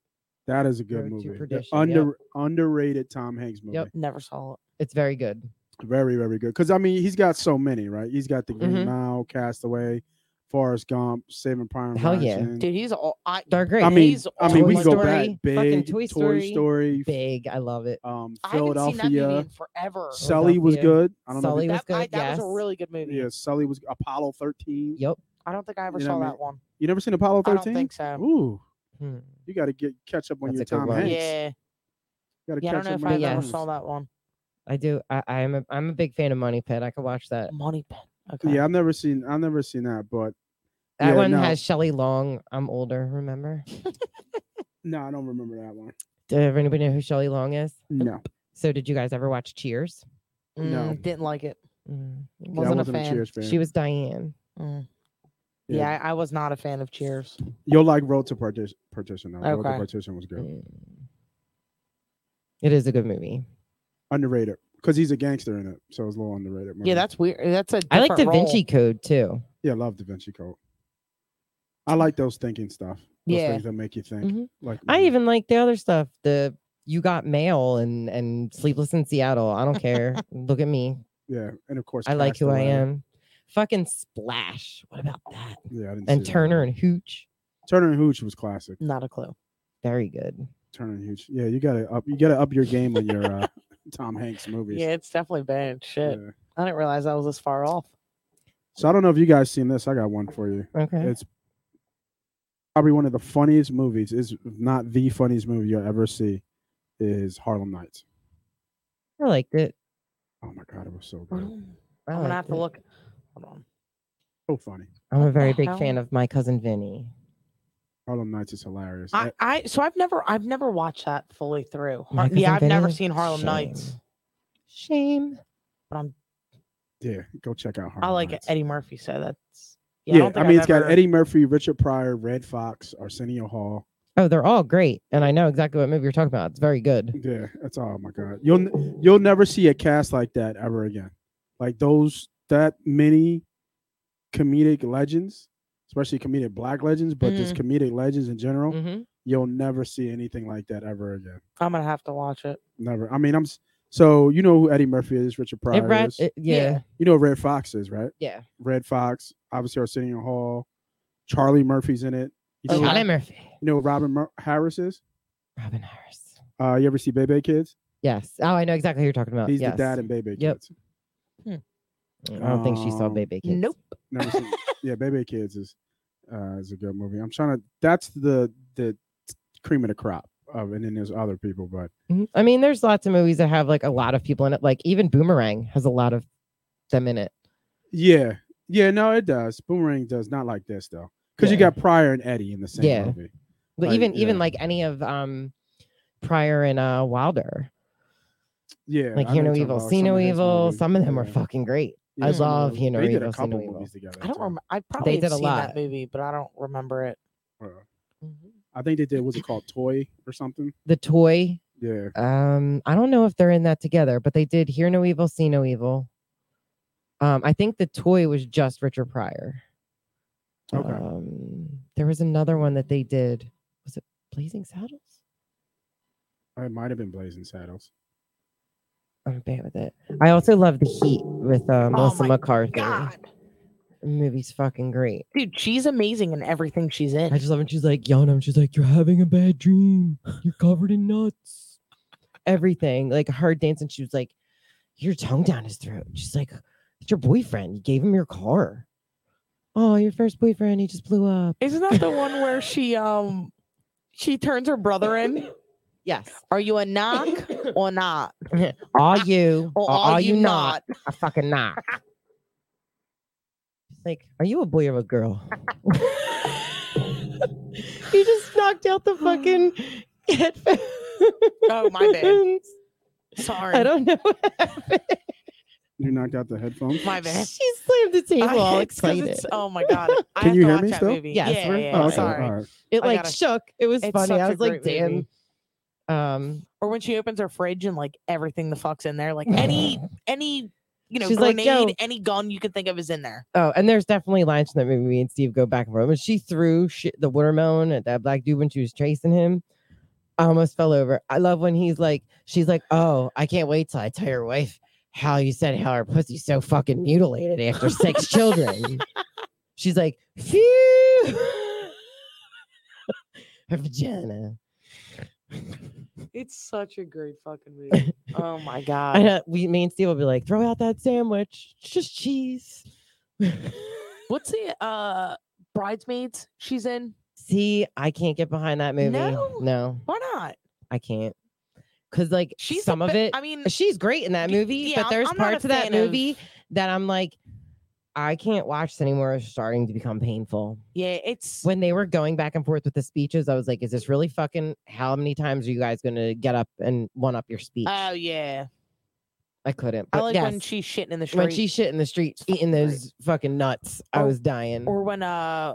S3: That is a good
S2: Road to
S3: movie. The
S2: Perdition, yep.
S3: Under underrated Tom Hanks movie.
S2: Yep.
S1: Never saw it.
S2: It's very good.
S3: Very very good. Because I mean, he's got so many, right? He's got the Green
S2: Mhm.
S3: Mile, Castaway, Forrest Gump, Saving Private
S2: Hell yeah.
S3: Ryan.
S1: Dude, he's all. I,
S2: They're great.
S3: I mean,
S1: he's
S3: I mean, we
S2: Toy
S3: can go
S2: Story,
S3: back
S2: fucking
S3: big.
S2: Toy
S3: Toy
S2: Story,
S3: Story,
S2: Big. I love it.
S3: um,
S1: I haven't seen that movie
S3: Philadelphia.
S1: in forever.
S3: Sully was
S2: Philadelphia.
S3: good. I don't know.
S2: Sully
S3: if
S2: was
S1: that,
S2: good.
S1: I, that
S2: yes.
S1: was a really good movie.
S3: you- yeah, Sully was Apollo thirteen.
S2: Yep.
S1: I don't think I ever
S3: You know
S1: saw
S3: what I
S1: that
S3: mean?
S1: one.
S3: You never seen Apollo
S1: I don't
S3: thirteen?
S1: think so.
S3: Ooh,
S2: Hmm.
S3: you got to get catch up on
S2: That's
S3: your
S2: a good
S3: Tom
S2: one.
S3: Hanks.
S1: Yeah.
S3: You gotta
S1: Yeah, I don't know
S3: catch up
S1: if
S3: on
S1: I
S3: your
S2: Money
S1: ever
S3: Tom
S1: saw
S3: Hanks.
S1: that one.
S2: I do. I, I'm a I'm a big fan of Money Pit. I could watch that.
S1: Money Pit. Okay.
S3: Yeah, I've never seen. I've never seen that, but
S2: That
S3: Yeah,
S2: one
S3: no.
S2: has Shelley Long. I'm older. Remember?
S3: No, I don't remember that one.
S2: Does anybody know who Shelley Long is?
S3: No,
S2: So, did you guys ever watch Cheers?
S3: No.
S1: Mm, didn't like it.
S2: Mm,
S3: Yeah,
S1: Wasn't a
S3: I wasn't a,
S1: fan.
S3: Cheers fan.
S2: She was Diane.
S1: Mm.
S3: Yeah.
S1: Yeah, I, I was not a fan of Cheers.
S3: You'll like Road to Partition. Partition. Though. Road to
S1: Okay.
S3: Partition was good.
S2: Mm. It is a good movie.
S3: Underrated because he's a gangster in it, so it's a little underrated. movie.
S1: Yeah, that's weird. That's a
S2: Mm. I like Da
S1: different
S2: Vinci
S1: role.
S2: Code too.
S3: yeah. I Love Da Vinci Code. I like those thinking stuff. Those
S1: Yeah. Mm-hmm.
S3: things that make you think.
S2: Mhm.
S3: Like
S1: Mm.
S2: I even like the other stuff. The You Got Mail and and Sleepless in Seattle. I don't care. Look at me.
S3: yeah, and of course
S2: I like who I
S3: Castaway.
S2: am. Fucking Splash. What about that?
S3: Yeah, I didn't
S2: And
S3: see that.
S2: Turner and Hooch.
S3: Turner and Hooch was classic.
S1: Not a clue.
S2: Very good.
S3: Turner and Hooch. Yeah, you gotta up. You gotta up your game on your uh, Tom Hanks movies.
S1: Yeah, it's definitely bad. Shit.
S3: Yeah.
S1: I didn't realize I was this far off.
S3: So I don't know if you guys seen this. I got one for you.
S2: Okay.
S3: It's probably one of the funniest movies. Is not the funniest movie you'll ever see. Is Harlem Nights.
S2: I liked it.
S3: Oh my god, it was so good.
S1: I'm
S2: Mm, I
S1: gonna
S2: liked
S1: have to
S2: it.
S1: look. Hold on. Oh.
S3: So funny.
S2: I'm a
S1: What the
S2: very big
S1: hell?
S2: fan of my cousin Vinny.
S3: Harlem Nights is hilarious.
S1: I, I so I've never I've never watched that fully through.
S2: My
S1: Har- yeah,
S2: Cousin
S1: I've never
S2: Vinny?
S1: seen Harlem Nights,
S2: Shame. Shame.
S1: but I'm
S3: yeah, go check out Harlem.
S1: I like it.
S3: Nights.
S1: Eddie Murphy, so that's yeah.
S3: Yeah,
S1: I, don't
S3: I,
S1: think
S3: mean
S1: I've
S3: it's got
S1: ever-
S3: Eddie Murphy, Richard Pryor, Red Fox, Arsenio Hall.
S2: Oh, they're all great, and I know exactly what movie you're talking about. It's very good.
S3: Yeah, that's oh my god. You'll n- you'll never see a cast like that ever again. Like those that many comedic legends, especially comedic black legends, but just
S2: Mm.
S3: comedic legends in general.
S2: Mhm.
S3: You'll never see anything like that ever again.
S1: I'm gonna have to watch it.
S3: Never. I mean, I'm s- so you know who Eddie Murphy is, Richard Pryor
S2: It rat-
S3: is.
S2: it- yeah,
S3: you know who Red Fox is, right?
S2: yeah.
S3: Red Fox, obviously Arsenio Hall, Charlie Murphy's in it. You know,
S1: Okay.
S2: Oh, Charlie Murphy,
S3: you know who Robin Mur- Harris is.
S2: Robin Harris.
S3: Uh, you ever see Bebe Kids?
S2: Yes. Oh, I know exactly who you're talking about.
S3: He's
S2: yes.
S3: the dad in Bebe
S2: Yep.
S3: Kids.
S2: I don't think she saw
S3: Um,
S2: Baby Kids.
S1: Nope.
S3: Never seen. yeah, Baby Kids is uh, is a good movie. I'm trying to. That's the the cream of the crop. Of, and then there's other people, but
S2: Mhm. I mean, there's lots of movies that have like a lot of people in it. Like even Boomerang has a lot of them in it.
S3: yeah, yeah, no, it does. Boomerang does not like this though, because you
S2: Yeah.
S3: got Pryor and Eddie in the same
S2: Yeah.
S3: movie.
S2: But
S3: Like,
S2: even even
S3: yeah.
S2: like any of um Pryor and uh Wilder,
S3: Yeah,
S2: like
S3: I
S2: Hear
S3: know
S2: No
S3: what you're talking
S2: Evil,
S3: about.
S2: See
S3: Some
S2: No
S3: of his
S2: Evil.
S3: movies-
S2: Some of them were
S3: yeah.
S2: fucking great.
S3: Yeah,
S2: I
S3: some of
S2: love
S3: those-
S2: Hear No
S3: They did
S2: Evil,
S3: a
S2: See No
S3: couple
S2: Evil.
S3: movies together.
S1: I don't
S3: too.
S1: remember. I probably
S2: did
S1: have
S2: a
S1: seen
S2: lot.
S1: that movie, but I don't remember it.
S3: Uh, I think they did. Was it called Toy or something?
S2: The toy.
S3: Yeah,
S2: Um, I don't know if they're in that together, but they did Hear No Evil, See No Evil. Um, I think the toy was just Richard Pryor.
S3: Okay.
S2: Um, there was another one that they did. Was it Blazing Saddles?
S3: it might have been Blazing Saddles.
S2: I'm bad with it. I also love The Heat with uh, Melissa
S1: Oh my
S2: McCarthy.
S1: God,
S2: The movie's fucking great.
S1: dude, she's amazing in everything she's in.
S2: I just love when she's like yelling at him. She's like, "You're having a bad dream. You're covered in nuts." Everything like her dancing. She was like, "Your tongue down his throat." She's like, "It's your boyfriend. You gave him your car." Oh, your first boyfriend. He just blew up.
S1: Isn't that the one where she um she turns her brother in?
S2: Yes.
S1: Are you a knock or not?
S2: Are you?
S1: Or
S2: Or are, you not? A fucking knock. She's like, "Are you a boy or a girl?" he just knocked out the fucking headphones.
S1: Oh, my bad. Sorry.
S2: I don't know what happened.
S3: You knocked out the headphones.
S1: my bad.
S2: She slammed the table all
S1: It's 'cause
S2: excited.
S1: it's- Oh my god. I
S3: Can
S1: have
S3: you
S1: to
S3: hear
S1: watch
S3: me
S1: that
S3: still?
S1: Movie.
S2: Yes,
S1: yeah,
S2: we're
S1: yeah,
S2: fine.
S1: yeah,
S3: Oh,
S2: okay.
S1: sorry.
S3: all right.
S2: It
S1: I
S2: like
S1: gotta-
S2: shook. It was
S1: It's
S2: funny.
S1: such
S2: I
S1: a
S2: was like,
S1: great
S2: damn.
S1: movie.
S2: Um,
S1: Or when she opens her fridge and like everything the fuck's in there, like any any you know
S2: She's like,
S1: grenade,
S2: "Yo."
S1: any gun you can think of is in there.
S2: oh, and there's definitely lines from that movie. Me and Steve go back and forth. When she threw shit, the watermelon at that black dude when she was chasing him, I almost fell over. I love when he's like, she's like, oh, I can't wait till I tell your wife how you said how her pussy's so fucking mutilated after six children. She's like, phew, her vagina.
S1: It's such a great fucking movie. oh my god.
S2: I know we me and Steve will be like, throw out that sandwich. It's just cheese.
S1: What's the uh bridesmaids she's in?
S2: See, I can't get behind that movie.
S1: No?
S2: No,
S1: Why not?
S2: I can't. Cause like
S1: She's a
S2: some of
S1: bit-
S2: it uh,
S1: I mean,
S2: she's great in that
S1: Y-
S2: movie,
S1: yeah,
S2: but
S1: I'm-
S2: there's
S1: I'm not a
S2: parts of that
S1: fan of-
S2: movie that I'm like, I can't watch this anymore is starting to become painful.
S1: Yeah, it's
S2: When they were going back and forth with the speeches, I was like, is this really fucking how many times are you guys gonna get up and one up your speech?
S1: oh yeah.
S2: I couldn't.
S1: I
S2: but
S1: like when
S2: yes,
S1: she's shitting in the street,
S2: when she shit in the streets eating
S1: Fucking right.
S2: those fucking nuts, I
S1: Or-
S2: was dying.
S1: or when uh,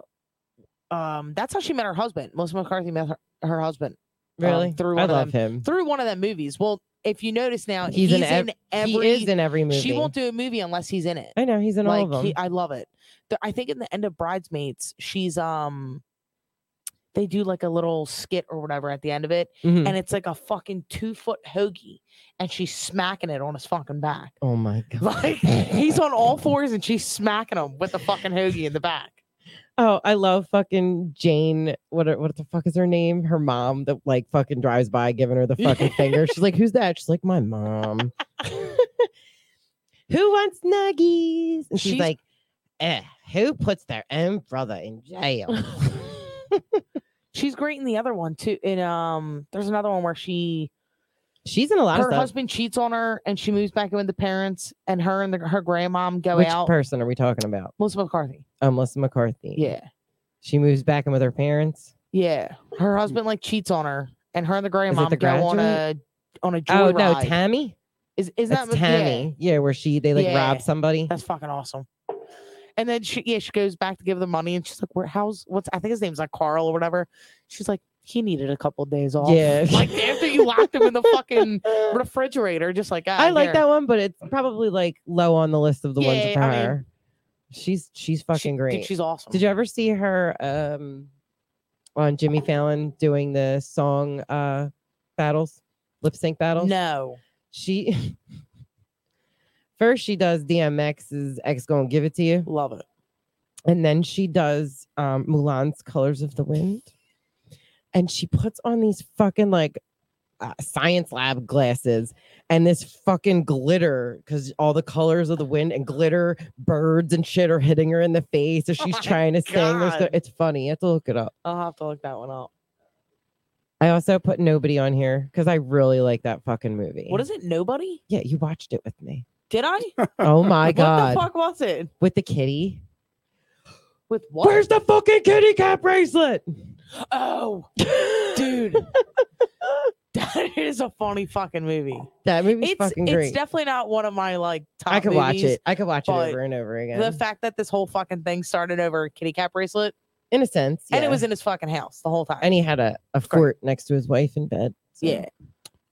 S1: um, that's how she met her husband. Melissa McCarthy met her, her husband
S2: really?
S1: Um, through
S2: I
S1: one of
S2: love him.
S1: through one of them movies. Well, if you notice now,
S2: He's
S1: he's,
S2: in
S1: in,
S2: ev-
S1: every.
S2: he is in every movie.
S1: She won't do a movie unless he's in it.
S2: I know he's in all
S1: like
S2: of them.
S1: He, I love it. The- I think in the end of Bridesmaids, she's um, they do like a little skit or whatever at the end of it,
S2: Mhm.
S1: and it's like a fucking two foot hoagie, and she's smacking it on his fucking back.
S2: oh my god!
S1: Like he's on all fours and she's smacking him with the fucking hoagie in the back.
S2: Oh, I love fucking Jane. What are- what the fuck is her name? Her mom that like fucking drives by giving her the fucking finger. She's like, "Who's that?" She's like, "My mom." who wants nuggies? And she's,
S1: She's-
S2: like, eh, "Who puts their own brother in jail?"
S1: She's great in the other one too. And um, there's another one where she
S2: she's in a lot of
S1: her
S2: stuff.
S1: husband cheats on her and she moves back in with the parents and her and the, her grandmom go
S2: Which
S1: out.
S2: person are we talking about?
S1: Melissa McCarthy.
S2: Um, Melissa McCarthy.
S1: Yeah.
S2: she moves back in with her parents.
S1: Yeah, her husband like cheats on her, and her and the grandmom
S2: Hmm. The
S1: go on a on a
S2: oh
S1: joyride.
S2: no, Tammy.
S1: is is
S2: That's
S1: that mo- yeah,
S2: Tammy. Yeah. where she they like
S1: Yeah.
S2: rob somebody.
S1: that's fucking awesome. And then she yeah she goes back to give the money, and she's like, "Where? How's what's? I think his name's like Carl or whatever." She's like, "He needed a couple days off."
S2: Yeah.
S1: like after you locked him in the fucking refrigerator, just like "Ah,
S2: I like
S1: here.
S2: that one, but it's probably like low on the list of the ones
S1: Yeah,
S2: for
S1: I mean,
S2: her. she's she's
S1: She-
S2: fucking
S1: dude,
S2: great.
S1: she's awesome.
S2: Did you ever see her um on Jimmy Fallon doing the song uh battles, lip sync battles?
S1: No.
S2: She first she does DMX's "X Gonna Give It to You,"
S1: Love it.
S2: and then she does um Mulan's "Colors of the Wind," and she puts on these fucking like. Uh, science lab glasses and this fucking glitter because all the colors of the wind and glitter birds and shit are hitting her in the face as
S1: Oh
S2: she's
S1: my
S2: trying to sing. There's no-
S1: God.
S2: It's funny. You have to look it up.
S1: I'll have to look that one up.
S2: I also put nobody on here because I really like that fucking movie.
S1: What is it? Nobody?
S2: Yeah, you watched it with me.
S1: Did I?
S2: Oh my god,
S1: What the fuck was it?
S2: with the kitty.
S1: With what?
S2: Where's the fucking kitty cat bracelet?
S1: oh, dude. That is a funny fucking movie.
S2: That movie's
S1: It's
S2: fucking
S1: it's
S2: great.
S1: definitely not one of my like top.
S2: I could watch
S1: movies.
S2: it. I could watch it
S1: but
S2: over and over again.
S1: The fact that this whole fucking thing started over a kitty cat bracelet
S2: in a sense,
S1: and it
S2: yeah.
S1: was in his fucking house the whole time.
S2: and he had a, a fort next to his wife in bed. so
S1: yeah.
S2: it's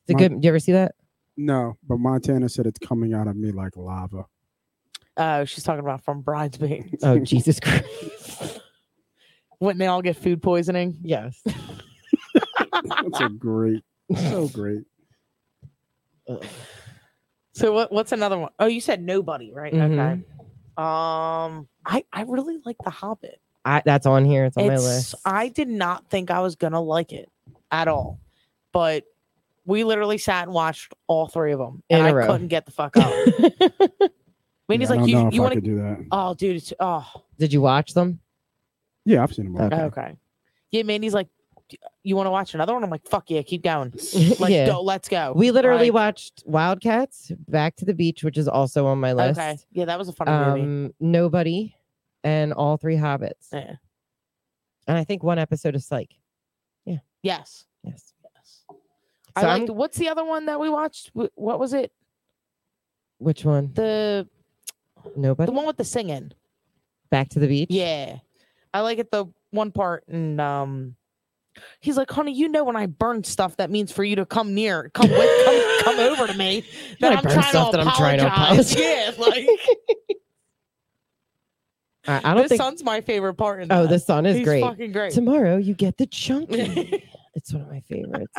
S2: a
S3: My-
S2: good. Do you ever see that?
S3: No, but Montana said it's coming out of me like lava.
S1: Oh, she's talking about from Bridesmaid
S2: Oh Jesus Christ!
S1: when they all get food poisoning.
S2: yes.
S3: That's a great, so great.
S2: Ugh.
S1: So what? What's another one? Oh, you said nobody, right? Okay.
S2: Mhm.
S1: Um, I I really like The Hobbit.
S2: I, that's on here. It's on my
S1: it's,
S2: list.
S1: I did not think I was gonna like it at all, but we literally sat and watched all three of them, and
S2: In a
S1: I
S2: row.
S1: couldn't get the fuck out. Mandy's
S3: Yeah, I
S1: like,
S3: don't know
S1: you,
S3: if
S1: you
S3: I
S1: want
S3: could
S1: to?
S3: do that.
S1: Oh, dude, it's, oh,
S2: Did you watch them?
S3: Yeah, I've seen them. All.
S2: Okay.
S1: okay. Yeah, Mandy's like, "D- you want to watch another one? I'm like, fuck yeah, keep going. Like,
S2: yeah.
S1: go, let's go.
S2: We literally
S1: Like,
S2: watched Wildcats, Back to the Beach, which is also on my list.
S1: Okay, yeah, that was a funny movie.
S2: Um, Nobody, and all three Hobbits,
S1: Yeah.
S2: and I think one episode of Psych.
S1: Yes,
S2: Yes.
S1: yes. I
S2: So I'm-
S1: liked. What's the other one that we watched? Wh- What was it?
S2: Which one?
S1: The
S2: Nobody.
S1: the one with the singing.
S2: Back to the Beach.
S1: Yeah. I like it the one part and um he's like, honey, you know when I burn stuff that means for you to come near, come with come, come over to me.
S2: You
S1: That
S2: know, I
S1: I'm
S2: burn
S1: trying
S2: stuff
S1: to
S2: that I'm trying to
S1: apologize.
S2: apologize.
S1: Yeah, like
S2: I, I don't
S1: the
S2: think.
S1: sun's my favorite part in
S2: oh,
S1: that.
S2: the sun is
S1: he's
S2: great.
S1: fucking great.
S2: Tomorrow you get the chunky. it's one of my favorites.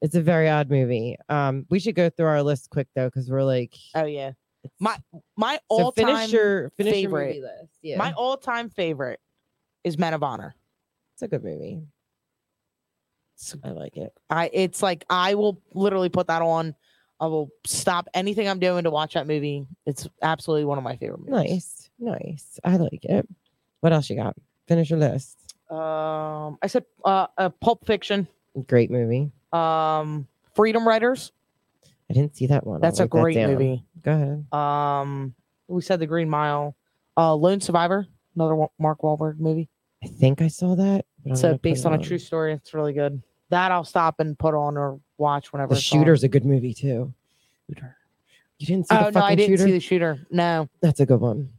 S2: it's a very odd movie. Um, we should go through our list quick though, because we're like,
S1: oh yeah.
S2: it's-
S1: My my
S2: so
S1: all
S2: finish
S1: time
S2: your finish your
S1: favorite.
S2: movie list. Yeah,
S1: my all time favorite is Men of Honor.
S2: it's a good movie. I like it.
S1: I it's like I will literally put that on. I will stop anything I'm doing to watch that movie. It's absolutely one of my favorite
S2: Nice,
S1: movies.
S2: nice. I like it. What else you got? Finish your list.
S1: Um, I said uh, uh Pulp Fiction,
S2: Great movie.
S1: um, Freedom Riders.
S2: I didn't see that one. I'll
S1: That's a
S2: write that
S1: great
S2: down.
S1: movie.
S2: Go ahead.
S1: Um, we said The Green Mile. Uh, Lone Survivor, another Wa- Mark Wahlberg movie.
S2: I think I saw that. but I'm
S1: So
S2: gonna put
S1: based
S2: it
S1: on a true story, it's really good. That I'll stop and put on or watch whenever.
S2: The
S1: it's on.
S2: Shooter's a good movie too.
S1: Shooter.
S2: You didn't see
S1: Oh
S2: the fucking
S1: no, I didn't
S2: shooter.
S1: see the shooter. No,
S2: That's a good one.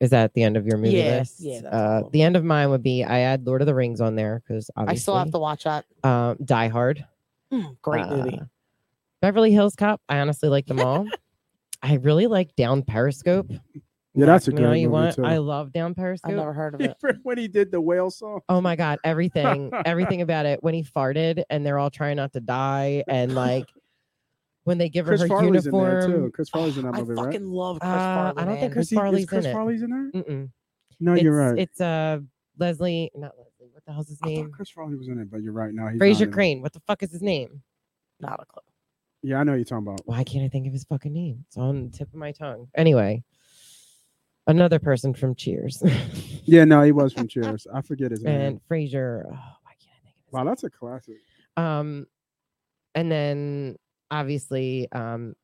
S2: Is that the end of your movie
S1: Yeah,
S2: list?
S1: yeah, that's a good
S2: Uh,
S1: one.
S2: the end of mine would be I add Lord of the Rings on there because
S1: I still have to watch that.
S2: um, Die Hard.
S1: Mm, Great movie.
S2: Uh, Beverly Hills Cop. I honestly like them all. I really like Down Periscope.
S3: Yeah, that's a
S2: Knock me all
S3: great
S2: you
S3: movie,
S2: want.
S3: too.
S2: I love Down
S1: I've
S2: Periscope.
S1: never heard of it.
S3: when he did the whale song.
S2: Oh my god, everything, everything about it. When he farted and they're all trying not to die, and like when they give her
S3: Chris
S2: her
S3: Farley's in there
S2: uniform. Oh,
S3: too. Chris Farley's in that
S1: Oh, I
S3: movie, right?
S1: fucking love Chris
S2: Uh, I
S1: Farley.
S2: don't think
S1: man.
S2: Chris
S3: Is he- is
S2: Farley's
S3: Chris
S2: in it.
S3: Farley's in there?
S2: Mm-mm.
S3: No,
S2: it's,
S3: you're right.
S2: It's uh Leslie, not Leslie. What the hell's his
S3: I thought
S2: name?
S3: Chris Farley was in it, but you're right now.
S2: Fraser Crane. What the fuck is his name?
S1: not a clue.
S3: Yeah, I know you're talking about.
S2: Why can't I think of his fucking name? It's on the tip of my tongue. Anyway, another person from Cheers
S3: Yeah, no, he was from Cheers. I forget his name.
S2: and Fraser. Oh, why can't I think of his
S3: Wow, that's a classic.
S2: Um, and then obviously, um,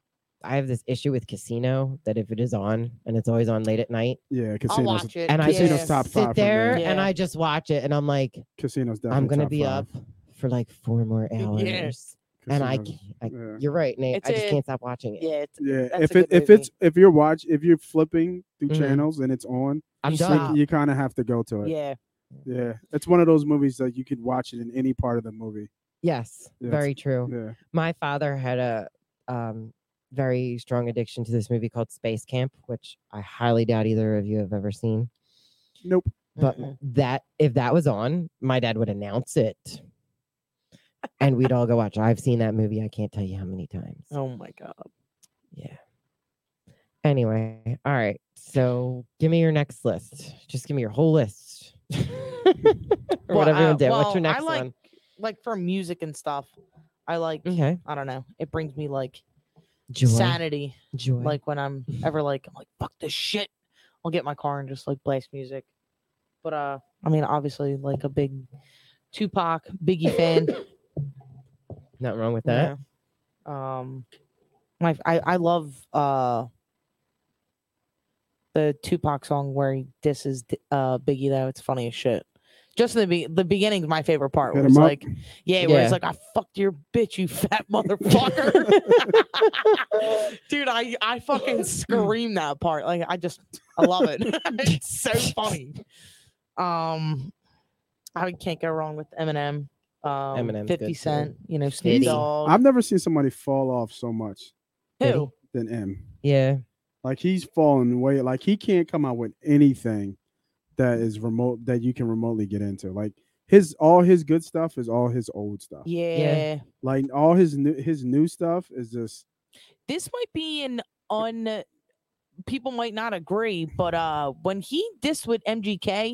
S2: I have this issue with Casino that if it is on and it's always on late at night,
S3: Yeah,
S1: I'll
S3: Casino's,
S1: watch it.
S2: and I
S3: Casino's
S1: yeah.
S3: top five for
S2: sit there
S1: me.
S2: and
S1: Yeah.
S2: I just watch it, and I'm like,
S3: Casino's definitely
S2: I'm gonna
S3: top
S2: be
S3: five.
S2: up for like four more hours, and I,
S3: Casino's-
S2: can't- I,
S3: yeah.
S2: you're right, Nate.
S1: It's
S2: I just
S1: a-
S2: can't stop watching it.
S1: Yeah, it's,
S3: Yeah,
S1: That's
S3: if
S1: a
S3: it
S1: good
S3: if it's if you're watch if you're flipping through
S2: Mhm.
S3: channels and it's on,
S2: I'm
S1: you
S3: it's
S1: Duh.
S3: like
S2: done.
S1: stop.
S3: you kind of have to go to it.
S1: yeah.
S3: Yeah. it's one of those movies that you could watch it in any part of the movie.
S2: Yes,
S3: Yeah, it's-
S2: very
S1: Oh.
S2: true.
S3: Yeah,
S2: My father had a um, very strong addiction to this movie called Space Camp, which I highly doubt either of you have ever seen.
S3: nope.
S2: but
S1: Mm-mm.
S2: that if that was on my dad would announce it and we'd all go watch it. i've seen that movie i can't tell you how many times
S1: Oh my god.
S2: yeah anyway all right so give me your next list just give me your whole list or
S1: Well,
S2: whatever you
S1: uh,
S2: want to do what's
S1: well, I
S2: your next
S1: like-
S2: one
S1: Like for music and stuff, I like.
S2: okay
S1: I don't know. It brings me like
S2: joy
S1: sanity.
S2: joy
S1: Like when I'm ever like, I'm like, fuck this shit. I'll get in my car and just like blast music. But uh, I mean, obviously, like a big Tupac, Biggie fan.
S2: nothing wrong with
S1: you
S2: that
S1: know? Um, my I I love uh the Tupac song where he disses D- uh Biggie though. It's funny as shit. Just in the be- the beginning's my favorite part.
S3: Hit
S1: Where
S3: 'em
S1: it's
S3: up.
S1: like, yeah, where
S2: Yeah.
S1: it's like, I fucked your bitch, you fat motherfucker. Dude, I I fucking scream that part. Like, I just I love it. it's so funny. Um, I can't go wrong with Eminem. Um,
S2: Eminem's good, too.
S1: Fifty Cent, you know,
S2: Diddy.
S1: Snoop Dogg.
S3: I've never seen somebody fall off so much
S2: Diddy.
S1: Who?
S3: than M.
S2: yeah
S3: Like he's fallen way. Like he can't come out with anything that is remote that you can remotely get into. Like his all his good stuff is all his old stuff.
S1: Yeah.
S3: Like all his new his new stuff is just
S1: This might be an un people might not agree, but uh when he dissed with MGK,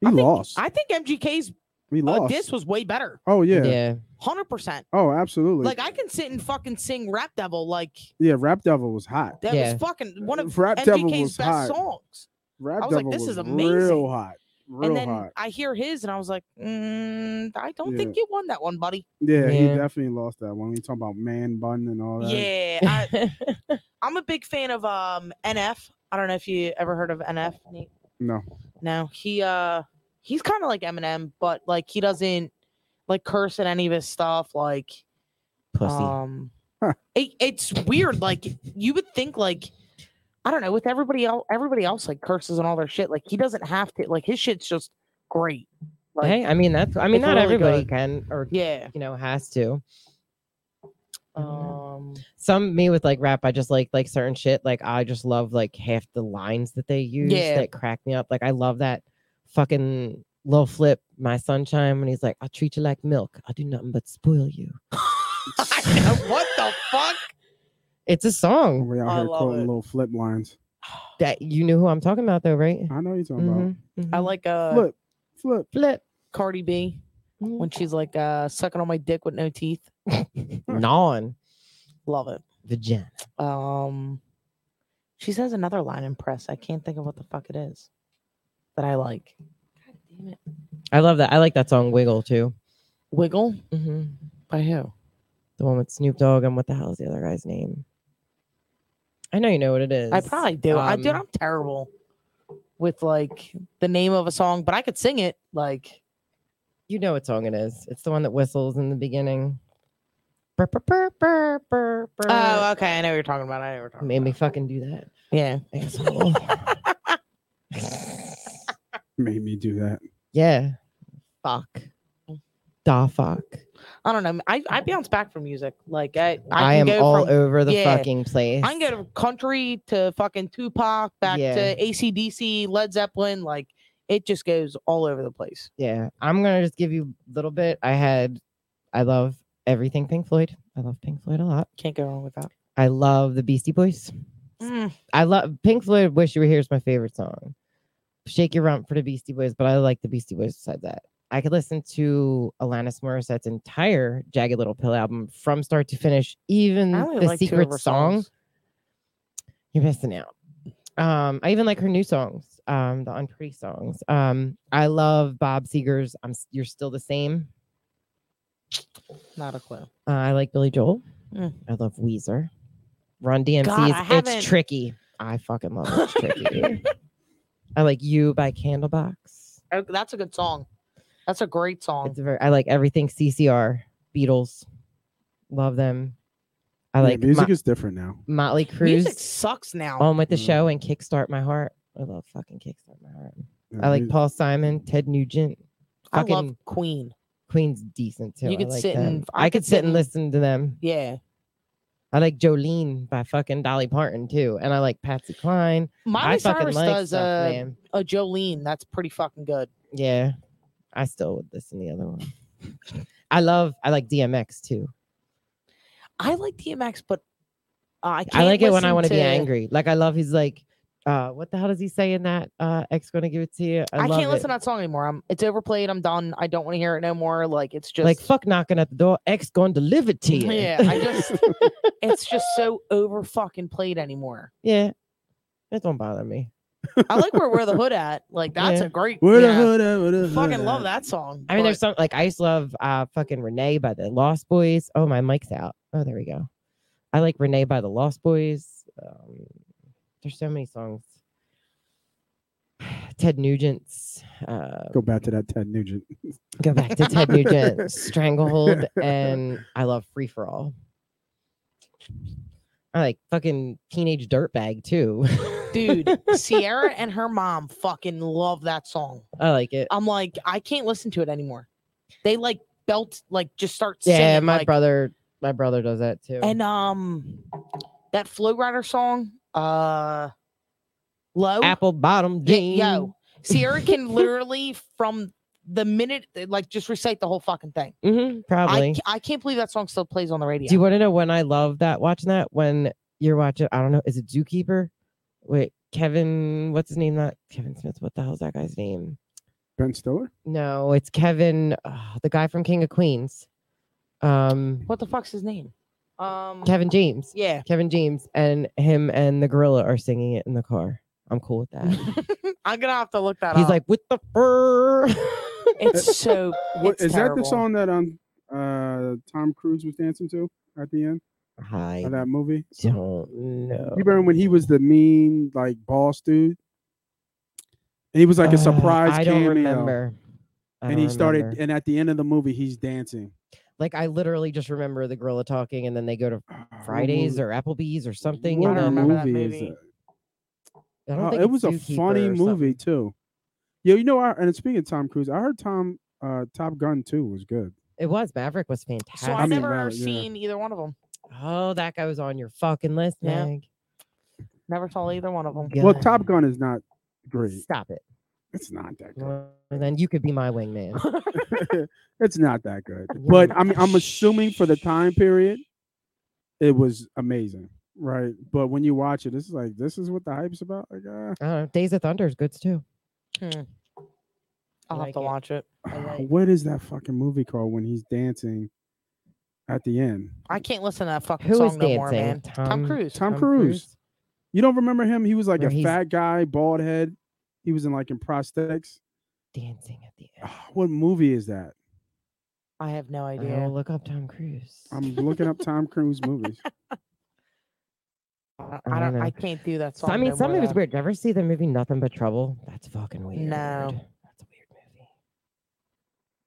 S3: he
S1: I think-
S3: lost.
S1: I think MGK's
S3: he
S1: uh,
S3: lost.
S1: diss was way better.
S3: oh yeah.
S2: yeah
S1: Hundred percent.
S3: Oh absolutely.
S1: Like I can sit and fucking sing Rap Devil. Like
S3: yeah, Rap Devil was hot.
S1: that
S2: Yeah.
S1: was fucking one of
S3: Rap Devil
S1: MGK's
S3: was
S1: best
S3: hot.
S1: songs.
S3: Rap
S1: I was like,
S3: Devil
S1: this
S3: was
S1: is
S3: real
S1: amazing.
S3: hot. Real
S1: And then
S3: hot.
S1: I hear his and I was like, mm, I don't
S3: Yeah.
S1: think you won that one, buddy.
S3: Yeah, he
S2: Yeah.
S3: definitely lost that one. We talking about man bun and all that.
S1: Yeah. I, I'm a big fan of um NF. I don't know if you ever heard of NF, Nate.
S3: No.
S1: No, he uh he's kind of like Eminem, but like he doesn't like curse at any of his stuff. Like
S2: pussy
S1: um,
S3: Huh.
S1: it, it's weird. Like you would think like I don't know with everybody else. Everybody else like curses and all their shit. Like he doesn't have to. Like his shit's just great. Like
S2: hey i mean that's i mean
S1: it's
S2: not
S1: really
S2: everybody
S1: good.
S2: can or
S1: yeah.
S2: you know has to I don't know.
S1: Um,
S2: some me with like rap i just like like certain shit like i just love like half the lines that they use
S1: Yeah.
S2: that crack me up like i love that fucking little flip my sunshine when he's like i'll treat you like milk i'll do nothing but spoil you
S1: I know, what the fuck?
S2: it's a song
S3: We out
S1: I
S3: here
S1: love
S3: quoting
S1: it.
S3: little flip lines.
S2: that you knew who i'm talking about though right
S3: I know you're talking
S2: Mhm,
S1: I
S2: mhm.
S1: like uh
S3: about. Flip. Flip.
S2: flip
S1: Cardi B when she's like uh sucking on my dick with no teeth.
S2: non
S1: Love it.
S2: vagina
S1: Um, she says another line in press. I can't think of what the fuck it is that I like. God damn it!
S2: i love that i like that song wiggle too
S1: Wiggle
S2: hmm
S1: Mm-hmm. by who?
S2: the one with snoop dogg and what the hell is the other guy's name I know you know what it is.
S1: I probably do. I dude,
S2: um,
S1: I'm terrible with like the name of a song, but I could sing it. Like
S2: You know what song it is. It's the one that whistles in the beginning. Brr, brr, brr, brr, brr, brr.
S1: oh, okay, I know what you're talking about. I know what you're talking
S2: made me
S1: about.
S2: fucking do that.
S1: Yeah,
S2: Asshole.
S3: Made me do that.
S2: yeah. Fuck. Da fuck.
S1: I don't know. I, I bounce back from music. Like I I,
S2: I,
S1: can
S2: am
S1: go
S2: all
S1: from,
S2: over the
S1: yeah.
S2: fucking place.
S1: I can go to country to fucking Tupac, back
S2: Yeah.
S1: to ACDC, Led Zeppelin. Like it just goes all over the place.
S2: yeah. I'm gonna just give you a little bit. I had I love everything Pink Floyd. I love Pink Floyd a lot.
S1: Can't go wrong with that.
S2: I love the Beastie Boys.
S1: Mm,
S2: I love Pink Floyd. Wish You Were Here is my favorite song. Shake Your Rump for the Beastie Boys, but I like the Beastie Boys besides that. I could listen to Alanis Morissette's entire Jagged Little Pill album from start to finish, even
S1: I only
S2: the
S1: like two of
S2: secret
S1: her
S2: song.
S1: songs.
S2: You're missing out. Um, I even like her new songs, um, the Unpretty songs. Um, I love Bob Seger's "I'm S- You're Still the Same."
S1: Not a clue.
S2: Uh, I like Billy Joel.
S1: Mm.
S2: I love Weezer. Run DMC's
S1: God, I haven't-
S2: It's Tricky. I fucking love It's Tricky. I like You by Candlebox.
S1: Oh, That's a good song. That's a great song.
S2: It's a very I like everything CCR, Beatles. Love them. I
S3: Yeah,
S2: like
S3: music
S2: Mo-
S3: is different now.
S2: Motley
S1: Music
S2: Crue.
S1: sucks now.
S2: On with the
S3: Mm.
S2: show and Kickstart My Heart. I love fucking Kickstart My Heart.
S3: Yeah,
S2: I like
S3: music-
S2: Paul Simon, Ted Nugent.
S1: I
S2: Fucking
S1: love Queen.
S2: Queen's decent too.
S1: You
S2: I
S1: could
S2: like
S1: sit
S2: them.
S1: and-
S2: I, could sit and listen to them.
S1: Yeah.
S2: I like Jolene by fucking Dolly Parton too, and I like Patsy Cline. I
S1: Miley
S2: fucking
S1: Cyrus
S2: like
S1: does uh,
S2: stuff,
S1: a,
S2: man.
S1: a Jolene. That's pretty fucking good.
S2: Yeah, I still would listen to the other one. I love. I like DMX too.
S1: I like DMX, but uh, I can't
S2: I like it when I want to
S1: listen
S2: be angry. Like I love. He's like, uh, what the hell does he say in that? Uh, X gonna give it to you. I,
S1: I,
S2: love
S1: can't listen
S2: it.
S1: to that song anymore. I'm it's overplayed. I'm done. I don't want to hear it no more. Like it's just
S2: Like fuck knocking at the door. X gonna deliver to you.
S1: Yeah, I just it's just so over fucking played anymore.
S2: yeah. That don't bother me.
S1: I like where we're the hood at. Like that's
S2: Yeah.
S1: a great
S3: Where the
S1: yeah.
S3: hood at, where the
S1: Fucking
S3: hood
S1: love
S3: at?
S1: that song.
S2: I mean,
S1: but
S2: there's some like I used to love uh fucking Renee by the Lost Boys. Oh, my mic's out. Oh, there we go. I like Renee by the Lost Boys. Um, there's so many songs. Ted Nugent's. Uh,
S3: Go back to that Ted Nugent.
S2: go back to Ted Nugent, Stranglehold, and I love Free for All. I like fucking Teenage Dirtbag too.
S1: dude, Sierra and her mom fucking love that song.
S2: I like it.
S1: I'm like, I can't listen to it anymore. They like belt, like just start singing.
S2: Yeah, my
S1: like-
S2: brother, my brother does that too.
S1: And um, that Flow Rider song, uh, low.
S2: Apple bottom
S1: Yeah,
S2: jeans.
S1: yo, Sierra can literally from the minute like just recite the whole fucking thing.
S2: Mhm, probably.
S1: I, ca- I can't believe that song still plays on the radio.
S2: Do you want to know when I love that watching that? When you're watching, I don't know, is it Zookeeper? Wait, Kevin, what's his name? Not Kevin Smith. What the hell's that guy's name?
S3: Ben Stiller?
S2: No, it's Kevin, ah, the guy from King of Queens. Um,
S1: what the fuck's his name? Um,
S2: Kevin James.
S1: yeah,
S2: Kevin James and him and the gorilla are singing it in the car. I'm cool with that.
S1: I'm gonna have to look that
S2: He's
S1: up.
S2: like with the fur.
S1: it's so.
S3: What
S1: it's
S3: is
S1: terrible.
S3: that the song that um uh Tom Cruise was dancing to at the end
S2: I
S3: of that movie?
S2: don't know.
S3: You remember when
S2: Oh.
S3: he was the mean like boss dude, and he was like a
S2: Uh,
S3: surprise
S2: I don't
S3: cameo,
S2: remember. I
S3: and
S2: don't
S3: he started,
S2: remember.
S3: and at the end of the movie, he's dancing.
S2: like I literally just remember the gorilla talking, and then they go to
S3: Ah, what
S2: Fridays
S3: movie-
S2: or Applebee's or something.
S3: what
S2: and
S1: I don't
S2: then-
S1: remember that
S3: is
S1: movie.
S3: that?
S2: I don't
S3: Oh,
S2: think
S3: it
S2: it's
S3: was a
S2: Zookeeper
S3: funny
S2: or
S3: movie
S2: something.
S3: too. Yeah, you know, I, and speaking of Tom Cruise, I heard Tom uh, Top Gun too was good.
S2: It was Maverick was
S1: So
S2: fantastic.
S1: I
S3: I mean,
S1: never
S3: Maverick, yeah.
S1: seen either one of them.
S2: oh, that guy was on your fucking list,
S1: Yeah.
S2: Meg.
S1: Never saw
S2: Mm.
S1: either one of them.
S2: Yeah.
S3: Well, Top Gun is not great.
S2: Stop it.
S3: It's not that good.
S2: Well, then you could be my wingman.
S3: it's not that good.
S2: Yeah.
S3: But I mean, I'm assuming for the time period, it was amazing, right? But when you watch it, it's like this is what the hype's about. Like, ah,
S2: I don't know. Days of Thunder is good too.
S1: I'll
S2: Like
S1: have to
S2: it.
S1: watch it.
S2: I like-
S3: what is that fucking movie called when he's dancing at the end?
S1: I can't listen to that fucking
S2: Who is
S1: song no
S2: dancing?
S1: more, man.
S2: Tom,
S1: Tom, Cruise.
S3: Tom, Cruise. You don't remember him? He was like
S2: Where
S3: a
S2: he's-
S3: fat guy, bald head. He was in like in prosthetics.
S2: dancing at the end.
S3: Ah, what movie is that?
S1: I have no
S2: I
S1: idea.
S2: will look up Tom Cruise.
S3: I'm looking up Tom Cruise movies.
S1: I,
S2: I
S1: I don't.
S2: don't
S1: I
S2: know.
S1: can't do that
S2: So,
S1: song.
S2: I mean,
S1: no
S2: some
S1: more,
S2: of it's
S1: though.
S2: weird. Did you ever see the movie Nothing But Trouble? That's fucking weird.
S1: No.
S2: That's a weird movie.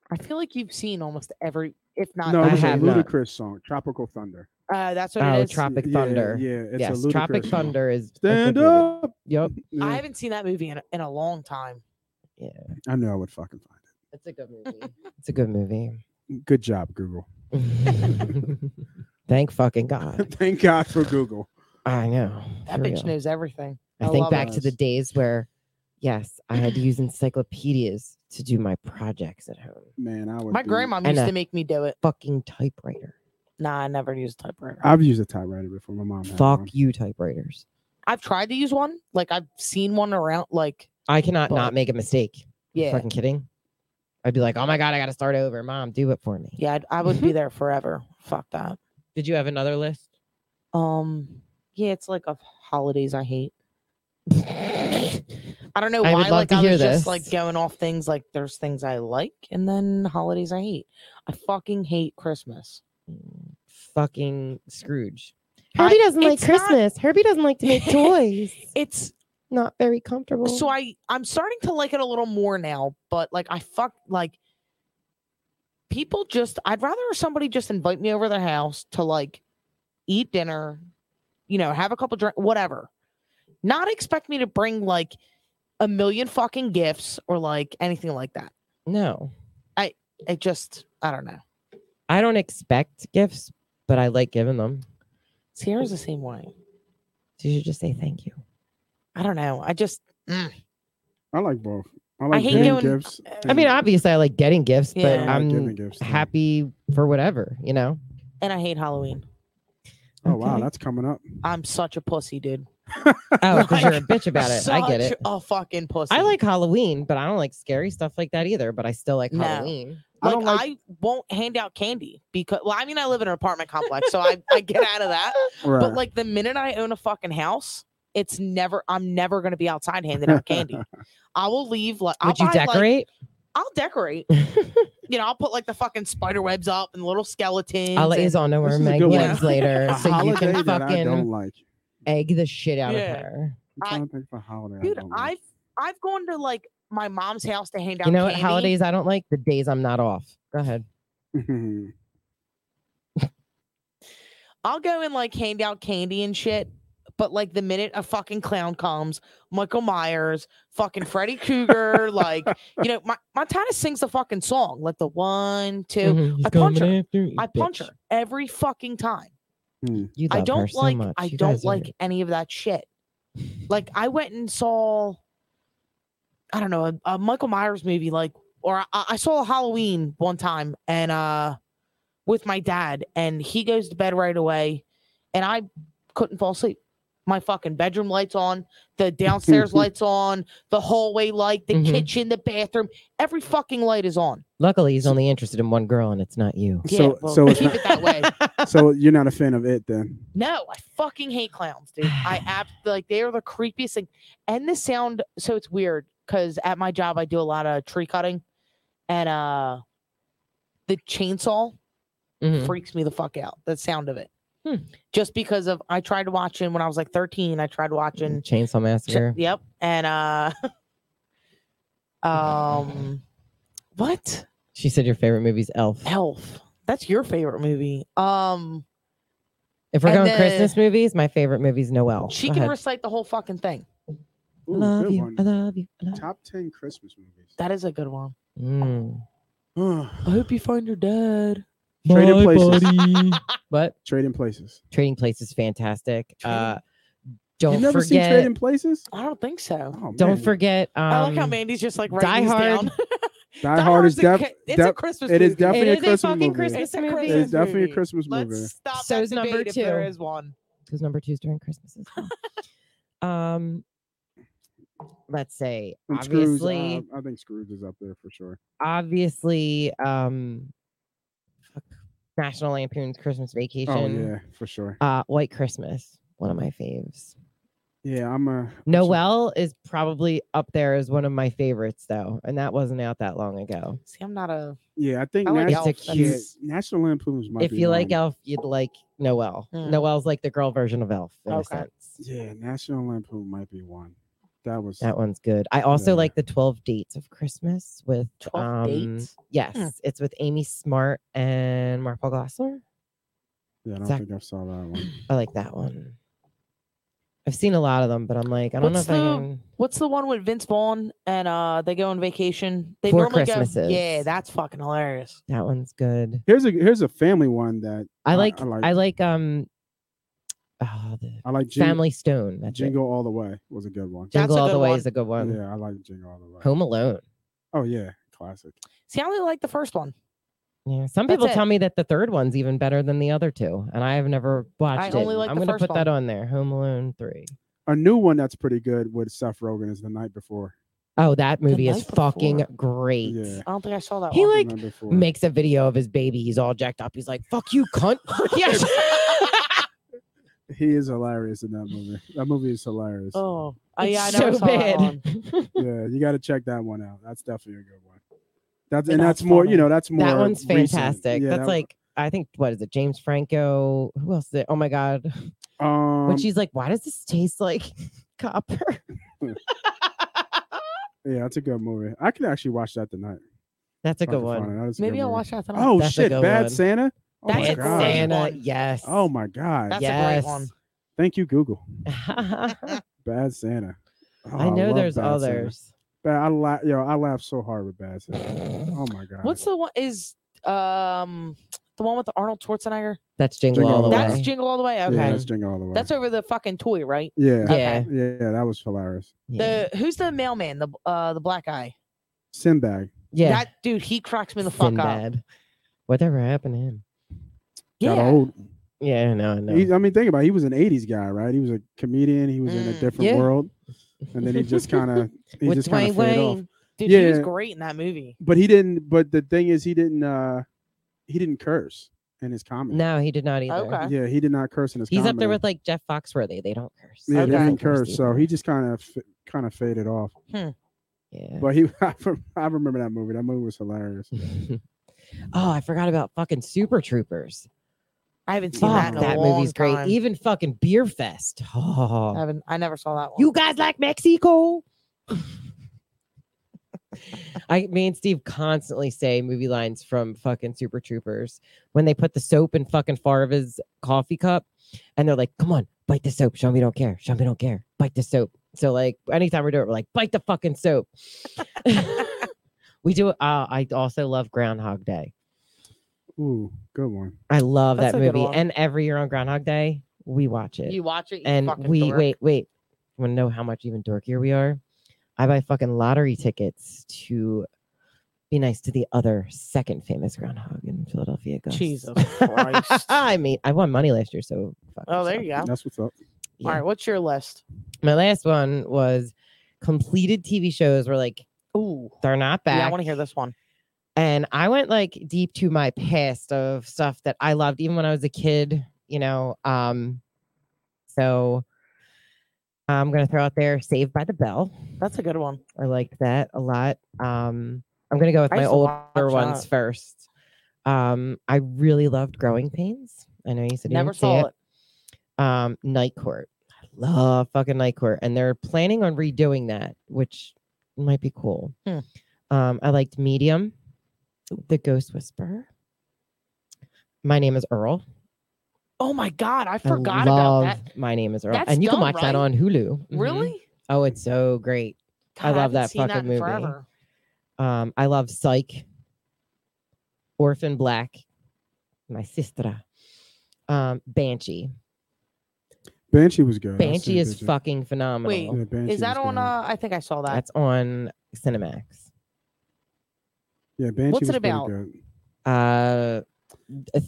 S1: I feel like you've seen almost every, if not,
S3: no,
S2: I
S3: it was a
S2: have not.
S3: ludicrous song, "Tropical Thunder."
S1: uh, that's what
S2: Oh,
S1: it is.
S2: Tropic
S3: Yeah,
S2: Thunder.
S3: Yeah, it's a
S2: yes,
S3: ludicrous
S2: Tropic
S3: song.
S2: Thunder is. a good
S3: Stand
S2: movie.
S3: up.
S2: Yep.
S3: Yeah,
S1: I
S3: I,
S1: haven't seen that movie in, in a long time.
S3: knew I would fucking find
S2: It's a good movie. it's a good movie.
S3: it. Good job, Google.
S2: Thank fucking God.
S3: Thank God for Google.
S2: I know.
S1: That
S2: for
S1: bitch
S2: real.
S1: knows everything.
S2: I
S1: I
S2: think
S1: love
S2: back to the
S3: us.
S2: days where, yes, I had to use encyclopedias to do my projects at home.
S3: Man, I would.
S1: My
S3: be-
S1: grandma
S2: And uh,
S1: used
S2: a-
S1: to make me do it.
S2: Fucking typewriter.
S1: Nah, I never used a typewriter.
S3: I've used a typewriter before. My mom. had
S2: Fuck
S3: one.
S2: you, typewriters.
S1: I've tried to use one. Like I've seen one around. Like
S2: I cannot not
S1: Fuck.
S2: make a mistake. You
S1: yeah,
S2: Fucking kidding. I'd be like, oh my God, I got to start over. Mom, do it for me.
S1: yeah. I'd, I would be there forever. Fuck that.
S2: Did you have another list?
S1: Um, yeah, it's like of holidays I hate.
S2: I
S1: I don't know
S2: I
S1: why.
S2: would love
S1: like
S2: to
S1: I
S2: hear
S1: was
S2: this.
S1: just like going off things. Like there's things I like, and then holidays I hate. I fucking hate Christmas.
S2: fucking Scrooge.
S1: I-
S2: Herbie doesn't like
S1: it's not-
S2: Christmas. Herbie doesn't like to make toys.
S1: It's
S2: not very comfortable.
S1: so I I'm starting to like it a little more now, but like I fuck like people just I'd rather somebody just invite me over their house to like eat dinner, you know, have a couple drink whatever. Not expect me to bring like a million fucking gifts or like anything like that.
S2: no,
S1: It just I don't know.
S2: I don't expect gifts, but I like giving them.
S1: Sierra's the same way.
S2: So you should just say thank you.
S1: I don't know. I just
S3: I like both. I like
S1: hate
S3: giving
S1: doing-
S3: gifts.
S2: I mean, obviously, I like getting gifts,
S1: Yeah.
S2: but
S1: I
S3: like
S2: I'm
S3: giving gifts, too.
S2: happy for whatever, you know?
S1: and I hate Halloween.
S3: Oh wow,
S2: Okay.
S3: that's coming up.
S1: I'm such a pussy, dude.
S2: Oh, because you're a
S1: Like,
S2: bitch about it. I get
S1: Such
S2: it.
S1: A fucking pussy.
S2: I like Halloween, but I don't like scary stuff like that either. But I still like
S1: No.
S2: Halloween.
S3: I
S1: Like I,
S3: don't
S1: won't hand out candy because well, I mean I live in an apartment complex, so I, I get out of that.
S3: Right.
S1: But like the minute I own a fucking house, it's never I'm never gonna be outside handing out candy. I will leave like
S2: Would
S1: I'll
S2: you
S1: buy, like-
S2: decorate?
S1: I'll decorate. You know, I'll put like the fucking spider webs up and little skeletons.
S2: I'll let you
S1: and-
S2: all know
S3: This
S2: where
S3: is a
S2: Meg
S3: good
S1: one.
S2: lives later,
S3: a
S2: so you
S3: holiday
S2: can
S3: that I don't
S2: fucking
S3: like.
S2: egg the shit out
S1: Yeah.
S2: of her.
S3: I'm
S1: I-
S3: trying to think of a holiday.
S1: dude,
S3: I don't like.
S1: I've I've gone to like my mom's house to hand out
S2: You know what
S1: candy.
S2: holidays I don't like? The days I'm not off. Go ahead.
S1: I'll go and like hand out candy and shit. But like the minute a fucking clown comes, Michael Myers, fucking Freddy Krueger, like you know, my Montana sings the fucking song, like the one, two.
S2: Mhm. He's
S1: I punch
S2: coming
S1: her.
S2: after you,
S1: I punch
S2: bitch.
S1: her every fucking time.
S2: You
S1: I
S2: love her
S1: don't
S2: so
S1: like
S2: much.
S1: I
S2: You
S1: don't
S2: guys are-
S1: like any of that shit. Like I went and saw, I don't know, a, a Michael Myers movie, like, or I, I saw a Halloween one time, and uh, with my dad, and he goes to bed right away, and I couldn't fall asleep. My fucking bedroom lights on, the downstairs lights on, the hallway light, the
S2: Mhm.
S1: kitchen, the bathroom, every fucking light is on.
S2: Luckily, he's only interested in one girl, and it's not you.
S1: Yeah,
S3: So-
S1: well,
S3: so it's
S1: keep
S3: not-
S1: it that way.
S3: so you're not a fan of it then?
S1: No, I fucking hate clowns, dude. I ab- like they are the creepiest thing. And the sound, so it's weird because at my job I do a lot of tree cutting, and uh, the chainsaw
S2: Mhm.
S1: freaks me the fuck out. The sound of it,
S2: Hmm.
S1: just because of I tried watching when I was like thirteen. I tried watching.
S2: Chainsaw
S1: Mm-hmm. Ch-
S2: Massacre.
S1: yep, and uh, um, what
S2: She said your favorite movie's Elf.
S1: Elf? That's your favorite movie. Um,
S2: If we're
S1: and
S2: going
S1: the-
S2: Christmas movies, my favorite movie's Noel.
S1: she
S2: Oh, Go
S1: can
S2: ahead.
S1: recite the whole fucking thing.
S3: Ooh,
S2: love
S3: good
S2: you.
S3: one.
S2: I love you. I love
S3: Top ten Christmas movies.
S1: That is a good one.
S2: you. Mm.
S1: I hope you find your dad.
S2: Bye,
S3: Trading Places.
S2: buddy. what?
S3: Trading Places.
S2: Trading Place is fantastic.
S1: Trading-
S2: Uh,
S3: You
S2: don't
S3: have never seen
S2: forget.
S3: Trading Places?
S1: I don't think so.
S3: Oh,
S2: don't
S3: man.
S2: forget. Um,
S1: I like how Mandy's just like
S2: Die
S1: writing these
S2: Hard-
S1: down.
S3: Die, Hard is
S1: Hard's a,
S3: def-
S1: ca- it's a
S3: def-
S1: Christmas
S3: it
S1: movie.
S3: is definitely
S2: It
S3: a
S2: is a
S3: Christmas
S2: fucking
S3: movie.
S2: Christmas
S1: It's a
S2: movie.
S3: It
S1: Christmas
S3: is definitely
S1: movie.
S3: a Christmas
S1: Let's
S3: movie.
S1: stop
S2: So
S1: that
S2: is number
S1: debate if there
S2: two.
S1: is one.
S2: because number two is during Christmas as well. um, let's say
S3: And Scrooge,
S2: obviously,
S3: uh, I think Scrooge is up there for sure.
S2: obviously, um, fuck, National Lampoon's Christmas Vacation,
S3: Oh yeah, for sure.
S2: uh, White Christmas, one of my faves.
S3: Yeah, I'm a
S2: Noel is probably up there as one of my favorites though, and that wasn't out that long ago.
S1: See, I'm not a.
S3: yeah. I think
S1: I like
S3: National,
S1: Elf.
S2: It's a
S3: yeah,
S2: cute-
S3: National Lampoon's might
S2: if
S3: be
S2: you like
S3: mine.
S2: Elf, you'd like Noel.
S1: Mm.
S2: Noel's like the girl version of Elf in a
S1: Okay.
S2: sense.
S3: yeah, National Lampoon might be one. That was
S2: That one's good. I also
S3: Yeah.
S2: like the Twelve Dates of Christmas with um,
S1: 12 Dates? Hmm.
S2: Yes, it's with Amy Smart and Marple Gosler.
S3: yeah. I don't
S2: Zach-
S3: think I saw that one.
S2: I like that one. I've seen a lot of them, but I'm like, I don't
S1: What's
S2: know if I
S1: the-
S2: can.
S1: What's the one with Vince Vaughn and uh they go on vacation? They
S2: Four
S1: normally Go,
S2: Christmases.
S1: yeah, that's fucking hilarious.
S2: That one's good.
S3: Here's a here's a family one that
S2: I
S3: I-
S2: like.
S3: I
S2: I
S3: like-
S2: like. um. Oh, the
S3: I like. Jing-
S2: Family Stone. That's it.
S3: Jingle All the Way was a good one.
S1: That's
S2: Jingle
S1: a
S2: All the
S1: good
S2: Way
S1: one.
S2: is a good one.
S3: Yeah, I like Jingle All the Way.
S2: Home Alone.
S3: Oh yeah, classic.
S1: See, I only like the first one.
S2: Yeah. Some
S1: That's
S2: people
S1: it.
S2: tell me that the third one's even better than the other two, and I have never watched
S1: only
S2: it.
S1: like
S2: I'm
S1: the
S2: gonna
S1: first
S2: put that on there. Home Alone three.
S3: A new one that's pretty good with Seth Rogen is The Night Before.
S2: Oh, that movie is
S1: Night
S2: fucking
S1: Before.
S2: great.
S3: Yeah.
S1: I don't think I saw that
S2: He
S1: one.
S2: like
S3: The Night Before.
S2: makes a video of his baby. He's all jacked up. He's like, "Fuck you, cunt." yes.
S3: he is hilarious in that movie. That movie is hilarious.
S1: oh, I,
S2: It's
S1: yeah, I never
S2: so
S1: saw that
S2: bad.
S1: one.
S3: Yeah, you got to check that one out. That's definitely a good one. That's
S1: Yeah,
S3: and that's,
S1: that's
S3: more. You
S1: funny.
S3: know, that's more.
S2: That one's
S3: recent.
S2: fantastic.
S3: Yeah,
S2: That's
S3: that-
S2: like I think what is it? James Franco. Who else? Did, oh my god.
S3: Um,
S2: when she's like, "Why does this taste like copper?"
S3: yeah, that's a good movie. I could actually watch that tonight.
S2: That's a good one.
S1: Maybe I'll watch that. Tonight.
S3: Oh
S2: That's a
S3: shit,
S2: good
S3: Bad
S2: one.
S3: Santa. Oh
S1: That's
S3: my
S1: a
S3: god.
S1: great
S2: Santa.
S1: one.
S2: Yes.
S3: Oh my god.
S1: that's a
S2: yes.
S1: great one.
S3: Thank you, Google.
S2: I
S3: Bad Santa. Oh,
S2: know
S3: love
S2: there's
S3: Bad Santa.
S2: others.
S3: But I laugh. Yo, I laugh so hard with Bad Santa. Oh my god.
S1: What's the one? Is um the one with the Arnold Schwarzenegger?
S2: That's Jingle,
S3: Jingle
S2: All the
S3: All the
S1: That's
S2: Way.
S1: Jingle All the Way. Okay,
S3: Yeah, that's Jingle all the way.
S1: that's over the fucking toy, right?
S3: yeah.
S2: Yeah.
S1: Okay.
S3: Yeah, that was hilarious.
S2: yeah.
S1: The who's the mailman? The uh the black guy.
S3: Sinbag.
S2: yeah.
S1: That dude, he cracks me the fuck up.
S2: Sinbad. Whatever happened to him?
S1: Yeah.
S3: Got old.
S2: Yeah, no, no.
S3: He, I mean, think about it. He was an 80s guy, right? He was a comedian. He was in a
S1: Mm.
S3: different
S2: Yeah.
S3: world. And then he just kind of, he
S2: With
S3: just kind
S2: Dwayne
S3: of faded off.
S2: Wayne.
S1: Dude, he was
S3: Yeah.
S1: great in that movie.
S3: But he didn't, but the thing is, he didn't, uh he didn't curse in his comedy.
S2: No, he did not either.
S1: Okay.
S3: Yeah, he did not curse in his
S2: He's
S3: comedy.
S2: up there with like Jeff Foxworthy. They don't curse.
S3: Yeah,
S1: Okay.
S3: they didn't
S2: Doesn't
S3: curse. So
S2: either.
S3: he just kind of, kind of faded off.
S2: Yeah.
S3: But he, I, rem- I remember that movie. That movie was hilarious.
S2: oh, I forgot about fucking Super Troopers.
S1: I haven't seen
S2: Fuck,
S1: that in a
S2: that
S1: long
S2: movie's great.
S1: time.
S2: Even fucking Beer Fest.
S1: I
S2: Oh,
S1: haven't. I never saw that one.
S2: you guys like Mexico? I me and Steve constantly say movie lines from fucking Super Troopers when they put the soap in fucking Farva's coffee cup and they're like, come on, bite the soap. Show me don't care. Show me don't care. Bite the soap. So like anytime we do it, we're like, bite the fucking soap. we do uh, I also love Groundhog Day.
S3: Ooh, good one.
S2: I love
S1: That's
S2: that
S1: a good
S2: movie.
S1: one.
S2: And every year on Groundhog Day, we watch it.
S1: You watch it. You
S2: and
S1: fucking
S2: we
S1: dork.
S2: wait, wait. Want to know how much even dorkier we are? I buy fucking lottery tickets to be nice to the other second famous groundhog in Philadelphia. Gus.
S1: Jesus Christ.
S2: I mean, I won money last year, so fuck
S1: Oh, there
S2: yourself.
S1: you go.
S3: That's what's up.
S2: Yeah.
S1: All right, what's your list?
S2: My last one was completed TV shows were like
S1: Ooh,
S2: they're not bad.
S1: yeah, I want to hear this one.
S2: And I went like deep to my past of stuff that I loved even when I was a kid, you know. Um, so I'm gonna throw out there Saved by the Bell.
S1: That's a good one.
S2: I liked that a lot. Um, I'm gonna go with
S1: I
S2: my
S1: used to
S2: older
S1: watch
S2: ones
S1: that.
S2: first. Um, I really loved Growing Pains. I know you said you
S1: Never
S2: didn't see
S1: saw
S2: it.
S1: it.
S2: Um, Night Court. I love fucking Night Court, and they're planning on redoing that, which might be cool.
S1: Hmm.
S2: Um, I liked Medium, The Ghost Whisperer. My name is Earl.
S1: Oh my god, I
S2: I
S1: forgot about
S2: love
S1: that.
S2: My name is Earl,
S1: That's
S2: and you
S1: dumb,
S2: can watch
S1: right?
S2: that on Hulu. Mhm.
S1: Really?
S2: Oh, it's so great. I
S1: God,
S2: love
S1: haven't
S2: that
S1: seen
S2: fucking
S1: in
S2: movie.
S1: Forever.
S2: Um, I love Psych, Orphan Black, My Sistra, um, Banshee.
S3: Banshee was good. I seen
S2: Banshee
S3: a
S2: is
S3: picture.
S2: fucking phenomenal.
S3: Yeah, Banshee
S1: Is that
S3: was
S1: on?
S3: good.
S1: Uh, I think I saw that.
S2: That's on Cinemax.
S3: Yeah, Banshee
S1: What's it
S3: was pretty
S1: about?
S3: good.
S2: uh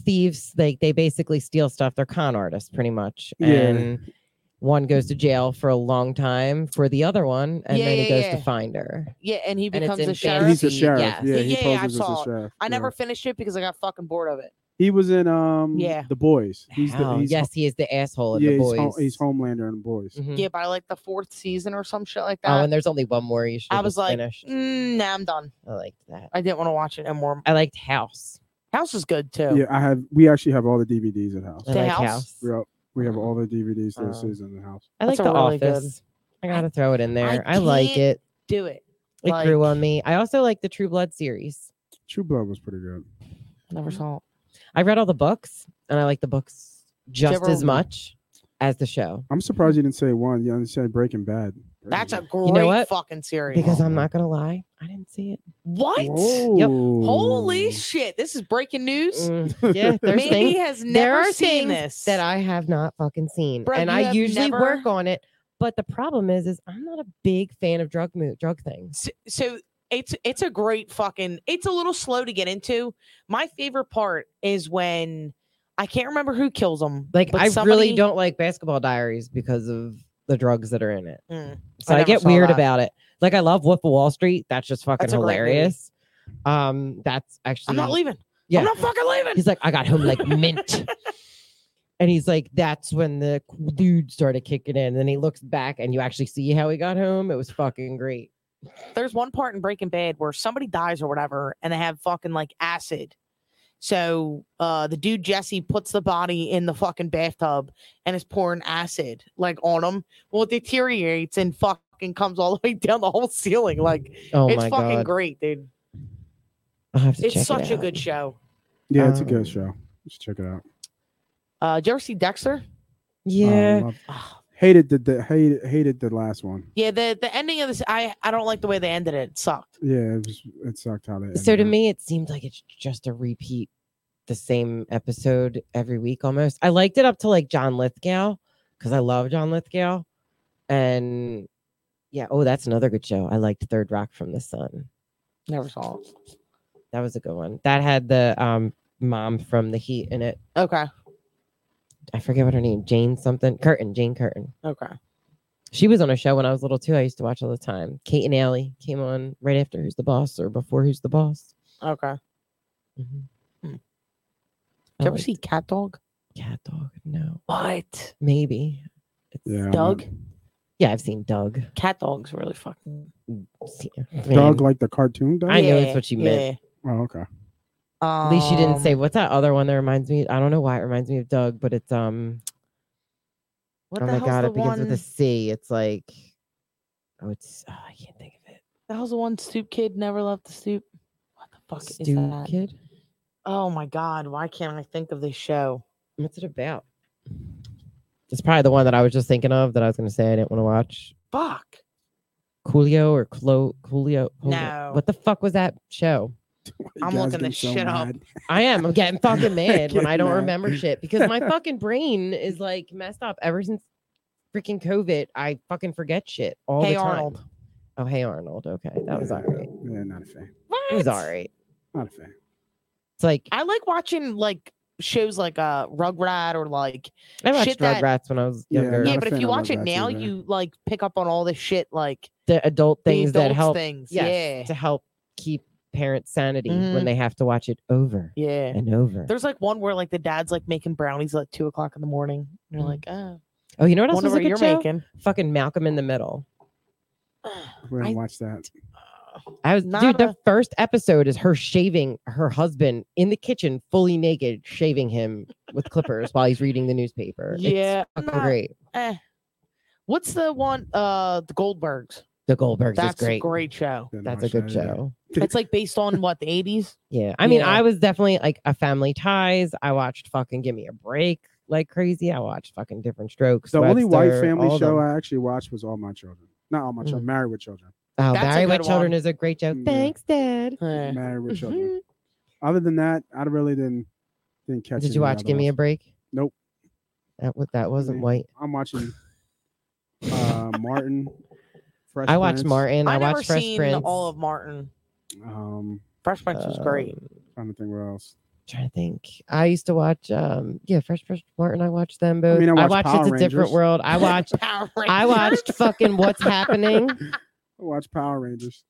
S2: thieves like they basically steal stuff they're con artists pretty much
S3: Yeah.
S2: and one goes to jail for a long time for the other one and
S1: Yeah,
S2: then he
S1: yeah,
S2: goes
S1: yeah.
S2: to find her
S1: yeah, and he
S2: and it's
S1: becomes
S2: in
S1: a
S2: Banshee.
S1: sheriff.
S3: And he's a
S2: Banshee,
S3: sheriff.
S2: yes.
S3: Yeah, he
S1: Yeah, yeah, I
S3: poses as
S1: saw
S3: a
S1: it.
S3: sheriff.
S1: I
S3: yeah.
S1: never finished it because I got fucking bored of it.
S3: He was in um
S1: Yeah.
S3: the boys. He's
S2: Hell,
S3: the he's,
S2: yes, he is the asshole in
S3: yeah,
S2: the
S3: he's,
S2: boys.
S3: home, he's Homelander in the boys.
S2: Mhm.
S1: Yeah, by like the fourth season or some shit like that.
S2: Oh, and there's only one more you should.
S1: I
S2: have
S1: was
S2: just
S1: like,
S2: finished.
S1: mm, nah, I'm done.
S2: I liked that.
S1: I didn't want to watch it anymore.
S2: I liked House.
S1: House is good too.
S3: Yeah, I have. We actually have all the DVDs in house.
S2: I
S1: The
S2: like
S1: House?
S2: House.
S3: Yep, we have all the DVDs to
S2: Um,
S3: the season in house.
S2: I like
S1: That's
S2: The
S1: a really good-
S2: Office. I gotta throw it in there. I,
S1: I
S2: like
S1: can't
S2: it.
S1: Do it.
S2: It
S1: like-
S2: grew on me. I also like the True Blood series.
S3: True Blood was pretty good.
S1: Never saw it.
S2: I read all the books, and I like the books just
S1: ever-
S2: as much as the show
S3: I'm surprised you didn't say one. You understand Breaking Bad.
S1: That's a
S3: Breaking
S1: great
S2: what?
S1: fucking series.
S2: because I'm not gonna lie, I didn't see it.
S1: what?
S3: Bad.
S1: Holy
S3: Whoa.
S1: shit! This is breaking news.
S2: Mm, yeah, there's
S1: Mandy
S2: things
S1: has never
S2: there are
S1: seen
S2: things
S1: this.
S2: that I have not fucking seen,
S1: Bruh,
S2: and
S1: you
S2: I
S1: have
S2: usually
S1: never-
S2: work on it. But the problem is, is I'm not a big fan of drug mo- drug things.
S1: so, so it's it's a great fucking it's a little slow to get into my favorite part is when i can't remember who kills them
S2: Like
S1: but
S2: I really
S1: somebody-
S2: don't like Basketball Diaries because of the drugs that are in it.
S1: Mm,
S2: So
S1: I
S2: I,
S1: never
S2: get
S1: saw
S2: weird
S1: that.
S2: about it. Like I love Wolf of Wall Street. That's just fucking
S1: That's a great movie.
S2: hilarious. Um, that's actually
S1: i'm not leaving
S2: Yeah,
S1: i'm not fucking leaving
S2: He's like, I got home like mint. And he's like, that's when the c- dude started kicking in. And then he looks back and you actually see how he got home. It was fucking great.
S1: there's one part in breaking bad where somebody dies or whatever and they have fucking like acid so uh the dude jesse puts the body in the fucking bathtub and is pouring acid like on him well it deteriorates and fucking comes all the way down the whole ceiling like
S2: Oh
S1: it's
S2: my
S1: fucking
S2: god.
S1: great dude
S2: I'll have to
S1: it's
S2: check it
S1: such a
S2: out.
S1: good show
S3: Yeah, it's a
S2: Um,
S3: good show. Let's check it out. Um,
S1: Uh, did you ever see Dexter?
S2: Yeah.
S3: Um, I
S1: Ah,
S3: hated the, the hated hated the last one.
S1: yeah, the the ending of this, I I don't like the way they ended it. It sucked.
S3: Yeah, it, was, it sucked how they.
S2: so
S3: ended
S2: to
S3: it.
S2: me, it seemed like it's just a repeat, the same episode every week almost. I liked it up to like John Lithgow because I love John Lithgow. And yeah, oh, that's another good show. I liked Third Rock from the Sun.
S1: Never saw it.
S2: That was a good one. That had the um mom from the heat in it.
S1: Okay,
S2: I forget what her name, Jane something. Curtin, Jane Curtin.
S1: okay.
S2: She was on a show when I was little too. I used to watch all the time. Kate and Allie came on right after Who's the Boss or before Who's the Boss.
S1: Okay.
S2: Mhm.
S1: Hmm. Did
S2: I
S1: you ever
S2: liked
S1: see Cat Dog?
S2: Cat Dog? No.
S1: What?
S2: Maybe. It's-
S3: yeah, I'm not-
S1: Doug?
S2: Yeah, I've seen Doug.
S1: Cat Dog's really fucking.
S2: See-
S3: Doug,
S2: Man,
S3: like the cartoon Doug.
S2: I know that's what you meant.
S3: oh, okay.
S1: Yeah.
S2: At least you didn't say
S1: Um,
S2: what's that other one that reminds me. I don't know why it reminds me of Doug, but it's um
S1: What
S2: oh
S1: the
S2: my
S1: hell's
S2: god,
S1: the
S2: it begins
S1: one?
S2: with a C. It's like oh it's oh, I can't think of it.
S1: The hell's the one? Stoop kid never left the stoop. What the fuck is
S2: Stew
S1: that?
S2: Kid?
S1: Oh my god! Why can't I think of this show?
S2: What's it about? It's probably the one that I was just thinking of that I was going to say I didn't want to watch.
S1: Fuck.
S2: Coolio or Clo Coolio. Coolio-
S1: No.
S2: What the fuck was that show?
S3: You
S1: I'm
S3: guys
S1: looking
S3: get
S1: this shit up.
S3: mad.
S2: I am. I'm getting fucking mad when I don't
S3: Getting mad.
S2: remember shit because my fucking brain is like messed up ever since freaking COVID. I fucking forget shit all
S1: Hey
S2: the time.
S1: Arnold.
S2: Oh, hey Arnold. Okay. That was
S3: yeah,
S2: all right.
S3: Yeah, not a fan.
S2: It was
S1: What?
S2: all right.
S3: Not a fan.
S2: It's like
S1: I like watching like shows like uh Rugrat or like
S2: I watched
S1: shit that-
S2: Rugrats when I was
S3: Yeah,
S2: younger.
S1: yeah,
S3: not a
S1: but if
S3: fan
S1: you
S3: of
S1: watch it
S3: Rugrats
S1: now,
S3: either.
S1: you like pick up on all this shit, like
S2: The adult things
S1: the
S2: that
S1: adults
S2: help
S1: things.
S2: yes, to help keep parents sanity when
S1: Mhm.
S2: they have to watch it over
S1: Yeah, yeah.
S2: and over.
S1: There's like one where like the dad's like making brownies at like, two o'clock in the morning. And
S2: Mm.
S1: you're like, oh,
S2: oh, you know what else
S1: wonder
S2: was a
S1: what
S2: good
S1: you're
S2: show?
S1: making.
S2: Fucking Malcolm in the Middle.
S3: We
S1: I-
S3: didn't watch that.
S2: I was dude.
S1: Not
S2: The
S1: a-
S2: first episode is her shaving her husband in the kitchen, fully naked, shaving him with clippers while he's reading the newspaper. It's
S1: Yeah, I'm
S2: fucking
S1: not-
S2: great.
S1: eh. What's the one? Uh, the Goldbergs.
S2: The Goldbergs
S1: That's
S2: is great.
S1: a great show.
S3: Didn't
S2: That's a
S3: watch
S2: good
S3: that either.
S2: show.
S1: It's like based on what the 80s.
S2: Yeah, I mean,
S1: Yeah.
S2: I was definitely like a Family Ties. I watched fucking Give Me a Break like crazy. I watched fucking Different Strokes.
S3: The only white
S2: Webster, all Mm.
S3: family
S2: of
S3: show
S2: them.
S3: I actually watched was All My Children. Not All My Children. Married with Children.
S2: oh,
S1: That's a
S2: Barry with
S1: good
S2: Children
S1: one.
S2: is a great show.
S3: Yeah.
S2: Thanks, Dad.
S1: Eh.
S3: Married with Children.
S2: Mm-hmm.
S3: Other than that, I really didn't didn't catch.
S2: Did you watch Give Me a Break?
S3: Nope.
S2: That wa- that wasn't
S3: Mhm.
S2: white.
S3: I'm watching uh, Martin. Fresh
S2: I watched
S3: Prince,
S2: Martin. I,
S1: I never
S2: watched Fresh
S1: seen
S2: Prince.
S1: all of Martin.
S3: Um,
S1: Fresh Prince was great.
S2: Um,
S3: trying to think where else.
S2: trying to think. I used to watch um yeah, Fresh Prince of Martin. I watched them both. I,
S3: mean, I watched
S2: watched
S3: Power
S2: It's a Different
S3: Rangers.
S2: World. I watched
S1: Power
S2: I
S1: Rangers.
S2: watched fucking What's Happening.
S3: I watched Power Rangers,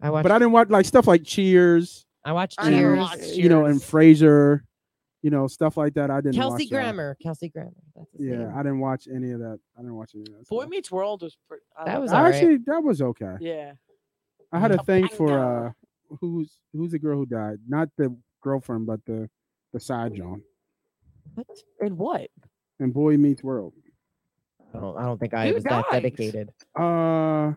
S2: I watched
S3: but I didn't watch like stuff like Cheers.
S2: I watched
S1: I
S3: and,
S1: never
S2: Cheers.
S1: watched
S3: You know, and
S1: Cheers.
S3: Frasier. you know, stuff like that. I didn't. watch
S2: Kelsey
S3: that.
S2: Grammer. Kelsey Grammer. That's his
S3: Yeah,
S2: name.
S3: I didn't watch any of that. I didn't watch any of that.
S1: Boy
S3: stuff.
S1: Meets World was pretty.
S2: That was
S3: I
S2: alright.
S3: actually that was okay.
S1: yeah.
S3: I had a
S1: A
S3: thing for
S1: banger.
S3: uh, who's who's the girl who died? Not the girlfriend, but the the side John.
S2: What?
S1: And what?
S3: And Boy Meets World.
S2: I don't, I don't think I
S1: Who
S2: was that
S1: died?
S2: dedicated.
S3: Uh,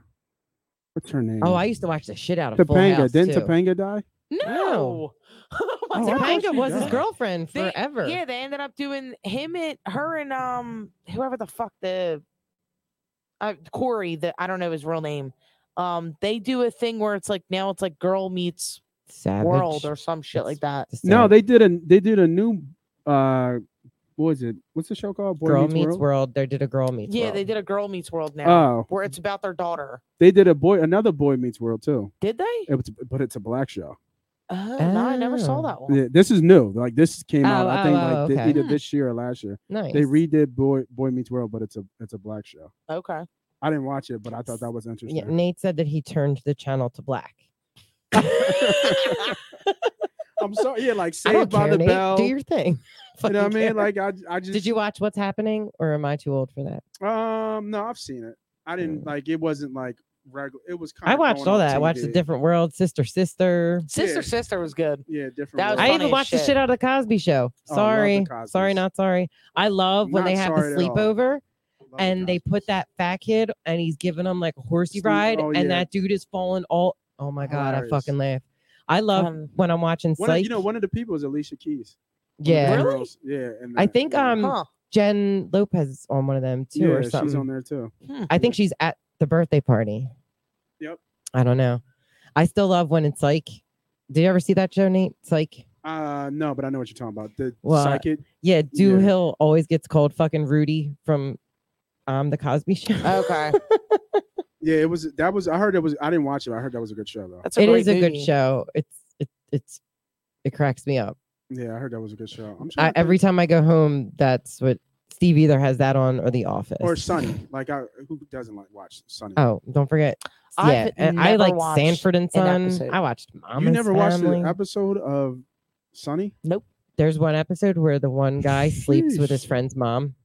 S3: what's her name?
S2: Oh, I used to watch the shit out of Full
S3: Mm. Topanga.
S2: House
S3: Didn't
S2: too.
S3: Topanga die?
S1: No. Oh my
S3: Oh, I
S1: God.
S3: thought
S2: Topanga
S3: she
S2: was his
S3: died.
S2: girlfriend
S1: They-
S2: forever.
S1: Yeah, they ended up doing him and her and um whoever the fuck the uh, Corey that I don't know his real name. Um, they do a thing where it's like now it's like girl meets
S2: Savage.
S1: world or some shit like that.
S2: Just
S3: No,
S2: saying.
S3: they did a they did a new uh, what was it? What's the show called? Boy
S2: Girl
S3: Meets, World.
S2: They did a Girl Meets
S1: yeah,
S2: World. Uh,
S1: they did a girl meets world now
S3: Oh,
S1: where it's about their daughter.
S3: they did a boy another Boy Meets World too.
S1: Did they?
S3: It was, but it's a black show.
S1: Oh, no, I never saw
S2: Oh.
S1: that one.
S3: Yeah, this is new. Like this came out.
S2: Oh,
S3: I
S2: oh,
S3: think
S2: oh,
S3: like th-
S2: okay.
S3: either
S1: Hmm.
S3: this year or last year.
S2: Nice.
S3: They redid Boy Boy Meets World, but it's a it's a black show.
S1: Okay.
S3: I didn't watch it, but I thought that was interesting.
S2: Yeah, Nate said that he turned the channel to black.
S3: I'm sorry. Yeah, like
S2: I don't
S3: Saved by
S2: care,
S3: the
S2: Nate.
S3: Bell.
S2: Do your thing.
S3: you know what
S2: Fucking
S3: I
S2: care.
S3: mean? Like I I just
S2: did you watch What's Happening, or am I too old for that?
S3: Um, no, I've seen it. I didn't
S2: Mm.
S3: like. It wasn't like regular. It was kind.
S2: I watched all that. I watched the different world, Sister, Sister.
S1: Sister
S3: Yeah.
S1: Sister was good.
S3: Yeah, different.
S1: That was
S2: I
S3: world.
S1: funny
S2: even
S1: as
S2: watched the
S1: shit.
S2: shit out of the Cosby Show.
S3: Oh, I love the
S2: Sorry, sorry,
S3: Cosbys.
S2: not sorry. I love when
S3: Not
S2: they have the
S3: sorry at all.
S2: sleepover
S3: Love the
S2: and they
S3: Cosby.
S2: put that fat kid and he's giving him like a horsey
S3: Sleep-
S2: ride,
S3: oh,
S2: and
S3: yeah.
S2: that dude is falling all. Oh my god, I
S3: Hilarious.
S2: fucking laugh. I love
S1: Um,
S2: when I'm watching
S3: One of,
S2: Psych.
S3: you know, one of the people is Alicia Keys. One of the
S2: yeah,
S1: Really?
S3: girls. Yeah, and
S2: I think, um,
S1: huh.
S2: Jen Lopez is on one of them too,
S3: yeah,
S2: or
S3: she's on
S2: something.
S3: there too.
S1: Hmm.
S2: I think she's at the birthday party.
S3: Yep.
S2: I don't know. I still love when it's like. Did you ever see that show, Nate? It's like,
S3: Uh, no, but I know what you're talking about. The
S2: Well, I-
S3: psychic.
S2: yeah,
S3: Yeah.
S2: Doohill Hill always gets called fucking Rudy from um the Cosby Show.
S1: Okay.
S3: Yeah, it was. That was. I heard it was. I didn't watch it. but I heard that was a good show though.
S1: That's a
S2: it
S1: great
S2: is a good
S1: movie.
S2: show. It's it, it's it cracks me up.
S3: Yeah, I heard that was a good show. I'm
S2: I,
S3: trying to
S2: every
S3: think-
S2: time I go home, that's what Steve either has that on or The Office.
S3: Or Sunny. Like I, who doesn't like watch Sunny?
S2: oh, don't forget.
S1: I've
S2: yeah, and I
S1: never
S2: like
S1: watched
S2: Sanford and
S1: an
S2: Son.
S1: episode.
S2: I watched Mama's
S3: you never watched
S2: Family.
S3: an episode of Sunny?
S2: there's one episode where the one guy sleeps with his
S3: Sheesh.
S2: friend's mom,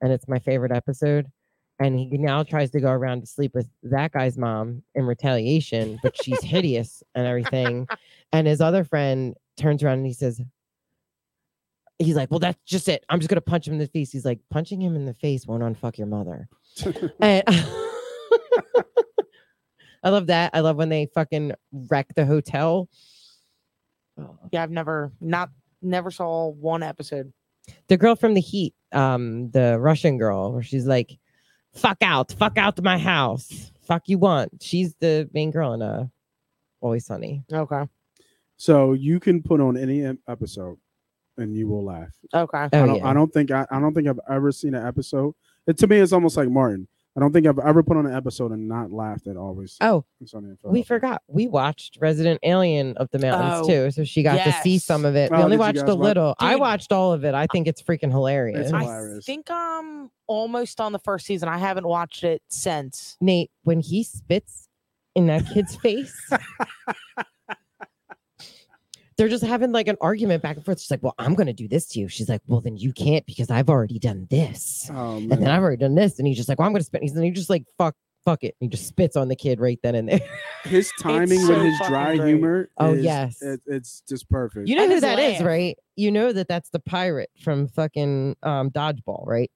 S2: and it's my favorite episode. And he now tries to go around to sleep with that guy's mom in retaliation, but she's hideous and everything. And his other friend turns around and he says, He's like, Well, that's just it. I'm just gonna punch him in the face. He's like, punching him in the face won't unfuck your mother. And I love that. I love when they fucking wreck the hotel. Oh,
S1: Yeah, I've never not never saw one episode.
S2: the girl from the heat um the russian girl where she's like fuck out fuck out to my house fuck you want she's the main girl in uh always sunny
S1: Okay.
S3: So you can put on any em- episode, and you will laugh.
S1: Okay.
S2: oh
S3: I don't.
S2: yeah
S3: I don't think. I, I don't think I've ever seen an episode. It, to me, it's almost like Martin. I don't think I've ever put on an episode and not laughed at always.
S2: oh
S3: Sunny in
S2: we
S3: Philadelphia.
S2: forgot we watched resident alien of the mountains
S1: Oh,
S2: too so she got to see
S1: yes.
S2: some of it we
S3: Oh,
S2: only
S3: did you
S2: watched a
S3: guys watch-
S2: little i
S1: Dude.
S2: watched all of it i think it's freaking hilarious
S3: It's
S2: I-
S1: I
S3: Hilarious.
S1: think I'm almost on the first season. I haven't watched it since.
S2: nate when he spits in that kid's face they're just having like an argument back and forth she's like well i'm gonna do this to you she's like well then you can't because i've already done this
S3: Oh, man.
S2: and then I've already done this. And he's just like, well, I'm gonna spit. He's and he just like, fuck, fuck it. And he just spits on the kid right then and there.
S3: his timing
S1: so
S3: with his
S1: fucking
S3: dry
S1: great.
S3: humor.
S2: Oh,
S3: is-
S2: yes.
S3: it- it's just perfect.
S2: You know
S1: And
S2: who
S1: his
S2: that is,
S1: laugh.
S2: right? You know that that's the pirate from fucking um, Dodgeball, right?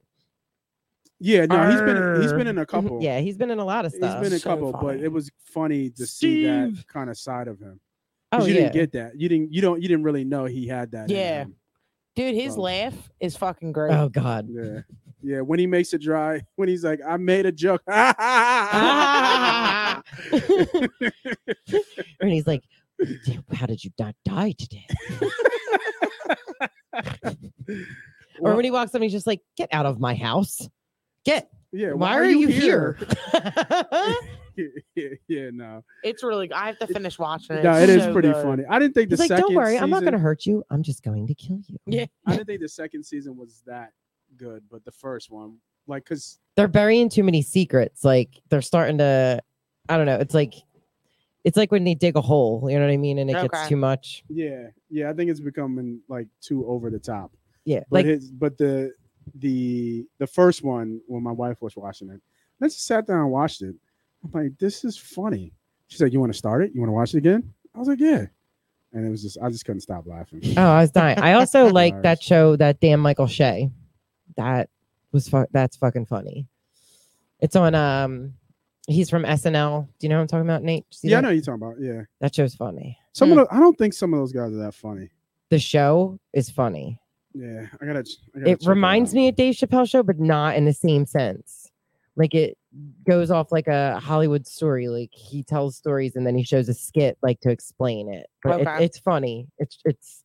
S3: yeah, no, he's been he's been
S2: Arr.
S3: in a couple.
S2: Mm-hmm. Yeah, he's been in a lot of
S3: he's
S2: stuff.
S3: been in a
S1: So
S3: couple, but
S1: funny.
S3: it was funny to see that
S2: Steve.
S3: kind of side of him. 'Cause
S2: oh
S3: you
S2: yeah,
S3: didn't get that. You didn't. You don't. You didn't really know he had that. in
S1: Yeah.
S3: him.
S1: Dude, his
S3: Wow.
S1: laugh is fucking great.
S2: oh god.
S3: Yeah. Yeah. When he makes it dry, when he's like, I made a joke.
S2: Uh-huh.
S3: yeah.
S2: Ah. and he's like, how did you not die today? or when he walks up, he's just like, get out of my house.
S3: Why,
S2: Why are you here?
S3: yeah, yeah, no.
S1: It's really I have to finish watching it.
S3: No, it
S1: It's
S3: is
S1: so
S3: pretty
S1: good.
S3: funny. I didn't think
S2: He's
S3: the
S2: like,
S3: second
S2: don't worry, I'm not
S3: season-
S2: gonna hurt you. I'm just going to kill you.
S1: Yeah.
S3: I didn't think the second season was that good, but the first one, like, cause
S2: they're burying too many secrets. Like they're starting to, I don't know. It's like It's like when they dig a hole, you know what I mean, and it
S1: Okay.
S2: gets too much.
S3: Yeah, yeah. I think it's becoming like too over the top.
S2: Yeah,
S3: But
S2: like
S3: his, but the the the first one when my wife was watching it, I just sat down and watched it. I'm like, this is funny. She's like, you want to start it? You want to watch it again? I was like, yeah. And it was just, I just couldn't stop laughing.
S2: oh, I was dying. I also like that
S3: Ours.
S2: show, that damn Michael Shea. That was fu- that's fucking funny. It's on. Um, he's from SNL. Do you know what I'm talking about, Nate? See
S3: yeah, I
S2: that?
S3: know what you're talking about. Yeah,
S2: that show's funny.
S3: some of the, I don't think some of those guys are that funny.
S2: The show is funny.
S3: Yeah, I gotta. ch- I gotta
S2: it reminds me of Dave Chappelle show, but not in the same sense. Like it goes off like a Hollywood story. Like he tells stories and then he shows a skit like to explain it. But it,
S1: Okay.
S2: it's funny. It's it's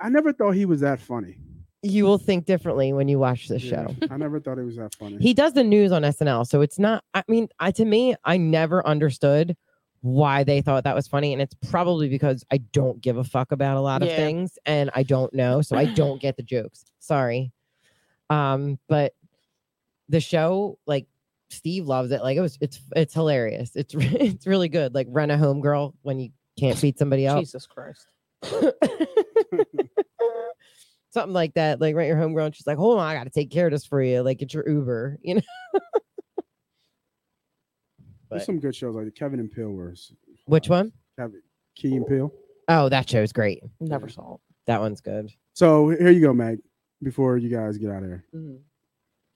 S3: I never thought he was that funny.
S2: you will think differently when you watch the
S3: Yeah,
S2: show.
S3: I never thought he was that funny.
S2: He does the news on SNL, so it's not. I mean, I to me, I never understood why they thought that was funny, and it's probably because I don't give a fuck about a lot of
S1: Yeah.
S2: things, and I don't know, so I don't get the jokes. Sorry, um, but the show, like Steve loves it. Like it was, it's it's hilarious. It's re- it's really good. Like rent a homegirl when you can't beat somebody else.
S1: Jesus Christ.
S2: Something like that, like rent your homegrown. She's like, hold on, I gotta take care of this for you. Like, it's your Uber, you know.
S3: There's
S2: but-
S3: some good shows like the Kevin and Peele were. s-
S2: Which
S3: uh,
S2: one?
S3: Kevin Key and Peele.
S2: Oh, that show's great.
S1: Never saw it.
S2: That one's good.
S3: So here you go, Meg. Before you guys get out of here,
S1: Mhm.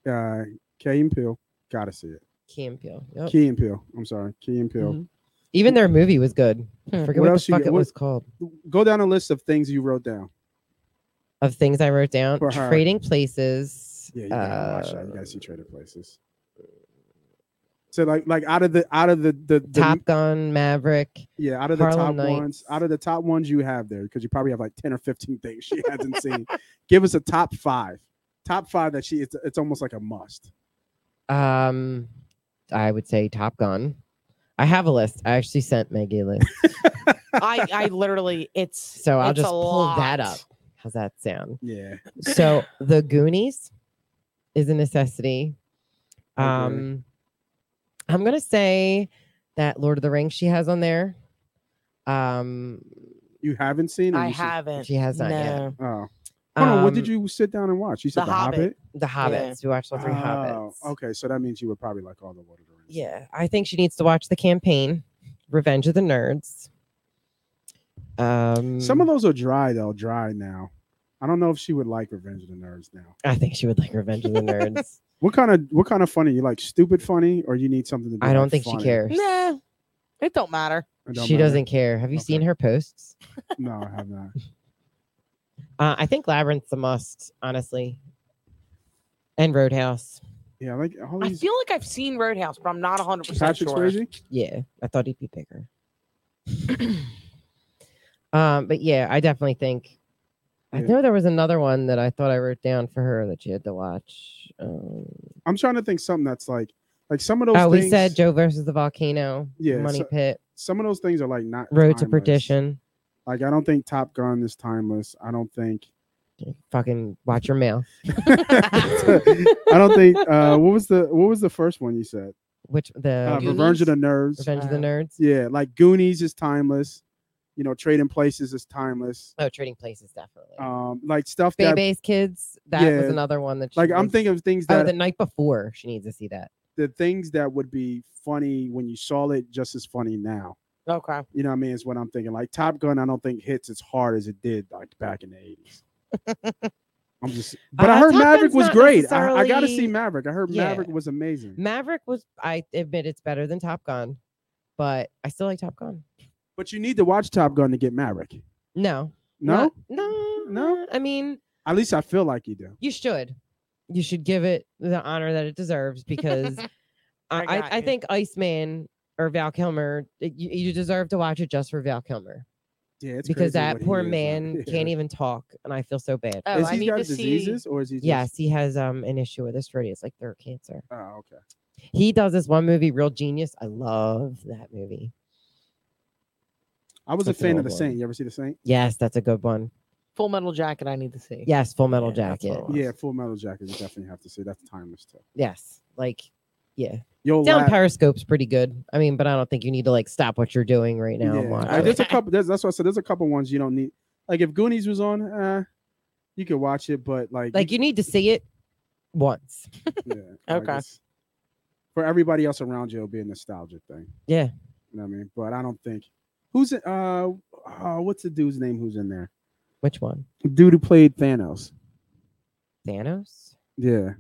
S2: Mm-hmm.
S3: uh, Key and Peele, gotta see it.
S2: Key and Peele. Yep.
S3: Key and Peele. I'm sorry, Key and Peele.
S2: Mm-hmm.
S1: Mhm.
S2: Even their movie was good.
S1: Hmm.
S2: I
S3: What
S2: forget what,
S3: else
S2: the
S3: you
S2: fuck
S3: get-
S2: it
S3: what-
S2: was called.
S3: Go down a list of things you wrote down.
S2: Of things I wrote down.
S3: For her.
S2: Trading places.
S3: Yeah, you gotta watch that. You
S2: uh,
S3: gotta see Trading Places. So like like out of the out of the the, the
S2: Top Gun, Maverick.
S3: yeah out of the top
S2: Harlem
S3: ones
S2: Nights.
S3: out of the top ones you have there because you probably have like ten or fifteen things she hasn't seen. Give us a top five. Top five that she it's, it's almost like a must.
S2: Um, I would say Top Gun. I have a list. I actually sent Maggie a list.
S1: I, I literally, it's
S2: So I'll
S1: it's
S2: just
S1: a
S2: pull that
S1: lot.
S2: up. How's that sound?
S3: Yeah.
S2: So the Goonies is a necessity.
S3: I agree.
S2: Um, I'm gonna say that Lord of the Rings she has on there. Um,
S3: You haven't seen it.
S1: I
S3: You should-
S1: haven't.
S2: She has not
S1: no.
S2: yet.
S3: Oh. Hold on, what did
S2: um,
S3: you sit down and watch? You said
S1: The
S3: The,
S1: Hobbit.
S3: Hobbit.
S2: The Hobbits. We watched all three
S3: Oh,
S2: Hobbits.
S3: okay, so that means you would probably like all the Lord of the Rings.
S2: Yeah, I think she needs to watch the campaign, Revenge of the Nerds. Um,
S3: Some of those are dry though, dry now. I don't know if she would like Revenge of the Nerds now.
S2: I think she would like Revenge of the Nerds.
S3: What kind of what kind of funny? You like stupid funny, or you need something to? Be
S2: I don't
S3: like,
S2: think
S3: funny?
S2: she cares.
S1: Nah, it don't matter.
S3: It don't
S2: she
S3: matter.
S2: doesn't care. Have you
S3: Okay.
S2: seen her posts?
S3: No, I have not.
S2: Uh, I think Labyrinth's a must, honestly, and Roadhouse.
S3: Yeah, like all
S1: I
S3: these
S1: feel like I've seen Roadhouse, but I'm not 100 percent
S3: Patrick
S1: sure.
S3: Swayze.
S2: Yeah, I thought he'd be bigger. um, but yeah, I definitely think. I
S3: Yeah.
S2: know there was another one that I thought I wrote down for her that she had to watch. Um,
S3: I'm trying to think something that's like like some of those.
S2: oh, we
S3: things-
S2: said Joe versus the volcano.
S3: Yeah,
S2: Money
S3: so-
S2: Pit,
S3: some of those things are like not
S2: Road to
S3: timeless.
S2: Perdition.
S3: Like I don't think Top Gun is timeless. I don't think.
S2: Fucking watch your mouth.
S3: I don't think. Uh, what was the what was the first one you said?
S2: Which the
S3: Uh, Revenge of the Nerds.
S2: Revenge of the
S1: uh,
S2: Nerds.
S3: Yeah, like Goonies is timeless. You know, Trading Places is timeless.
S2: Oh, Trading Places definitely.
S3: Um, like stuff that
S2: Baby's Kids. That was
S3: yeah,
S2: another one that. She
S3: like I'm
S2: was-
S3: thinking of things
S2: Oh,
S3: that
S2: the night before she needs to see that.
S3: the things that would be funny when you saw it just as funny now.
S1: Okay.
S3: You know what I mean? Is what I'm thinking. Like Top Gun, I don't think hits as hard as it did like back in the 80s. I'm just, but I
S2: Uh,
S3: heard
S2: Top
S3: Maverick
S2: Gun's
S3: was
S2: not
S3: great. I, I got to see
S2: necessarily-
S3: Maverick. I heard
S2: Yeah.
S3: Maverick was amazing.
S2: Maverick was. I admit it's better than Top Gun, but I still like Top Gun.
S3: But you need to watch Top Gun to get Maverick.
S2: No.
S3: No,
S2: not- No.
S3: No?
S2: I mean,
S3: at least I feel like you do.
S2: you should. You should give it the honor that it deserves because I,
S1: I
S2: I,
S1: got
S2: I
S1: you.
S2: think Iceman or Val Kilmer, it- you, you deserve to watch it just for Val Kilmer
S3: Yeah, it's
S2: because
S3: crazy
S2: that
S3: what he
S2: poor
S3: is now.
S2: man
S3: Yeah.
S2: can't even talk, and I feel so bad.
S1: Oh,
S3: Is
S1: I
S3: he
S1: need
S3: got
S1: to
S3: diseases
S1: see.
S3: or is he? Just,
S2: Yes, he has um an issue with his throat. It's like throat cancer.
S3: Oh, okay.
S2: He does this one movie, Real Genius. I love that movie.
S3: I was
S2: That's
S3: a
S2: an
S3: fan of
S2: old
S3: the
S2: one.
S3: Saint. You ever see the Saint?
S2: Yes, that's a good one.
S1: Full Metal Jacket. I need to see.
S2: Yes, Full Metal
S1: Yeah, that's what
S2: Jacket.
S1: it was.
S3: Yeah, Full Metal Jacket. You definitely have to see. That's timeless too.
S2: Yes, like Yeah.
S3: You'll
S2: Down
S3: laugh.
S2: Periscope's pretty good. I mean, but I don't think you need to like stop what you're doing right now and
S3: Yeah.
S2: watch.
S3: Uh,
S2: it.
S3: there's a couple. There's, that's why I said there's a couple ones you don't need. Like if Goonies was on, uh, you could watch it, but like,
S2: Like you need to see it once.
S3: yeah, like,
S1: Okay.
S3: it's- for everybody else around you, it'll be a nostalgia thing.
S2: Yeah.
S3: You know what I mean? But I don't think who's in, uh, uh what's the dude's name who's in there?
S2: Which one?
S3: Dude who played Thanos.
S2: Thanos.
S3: Yeah.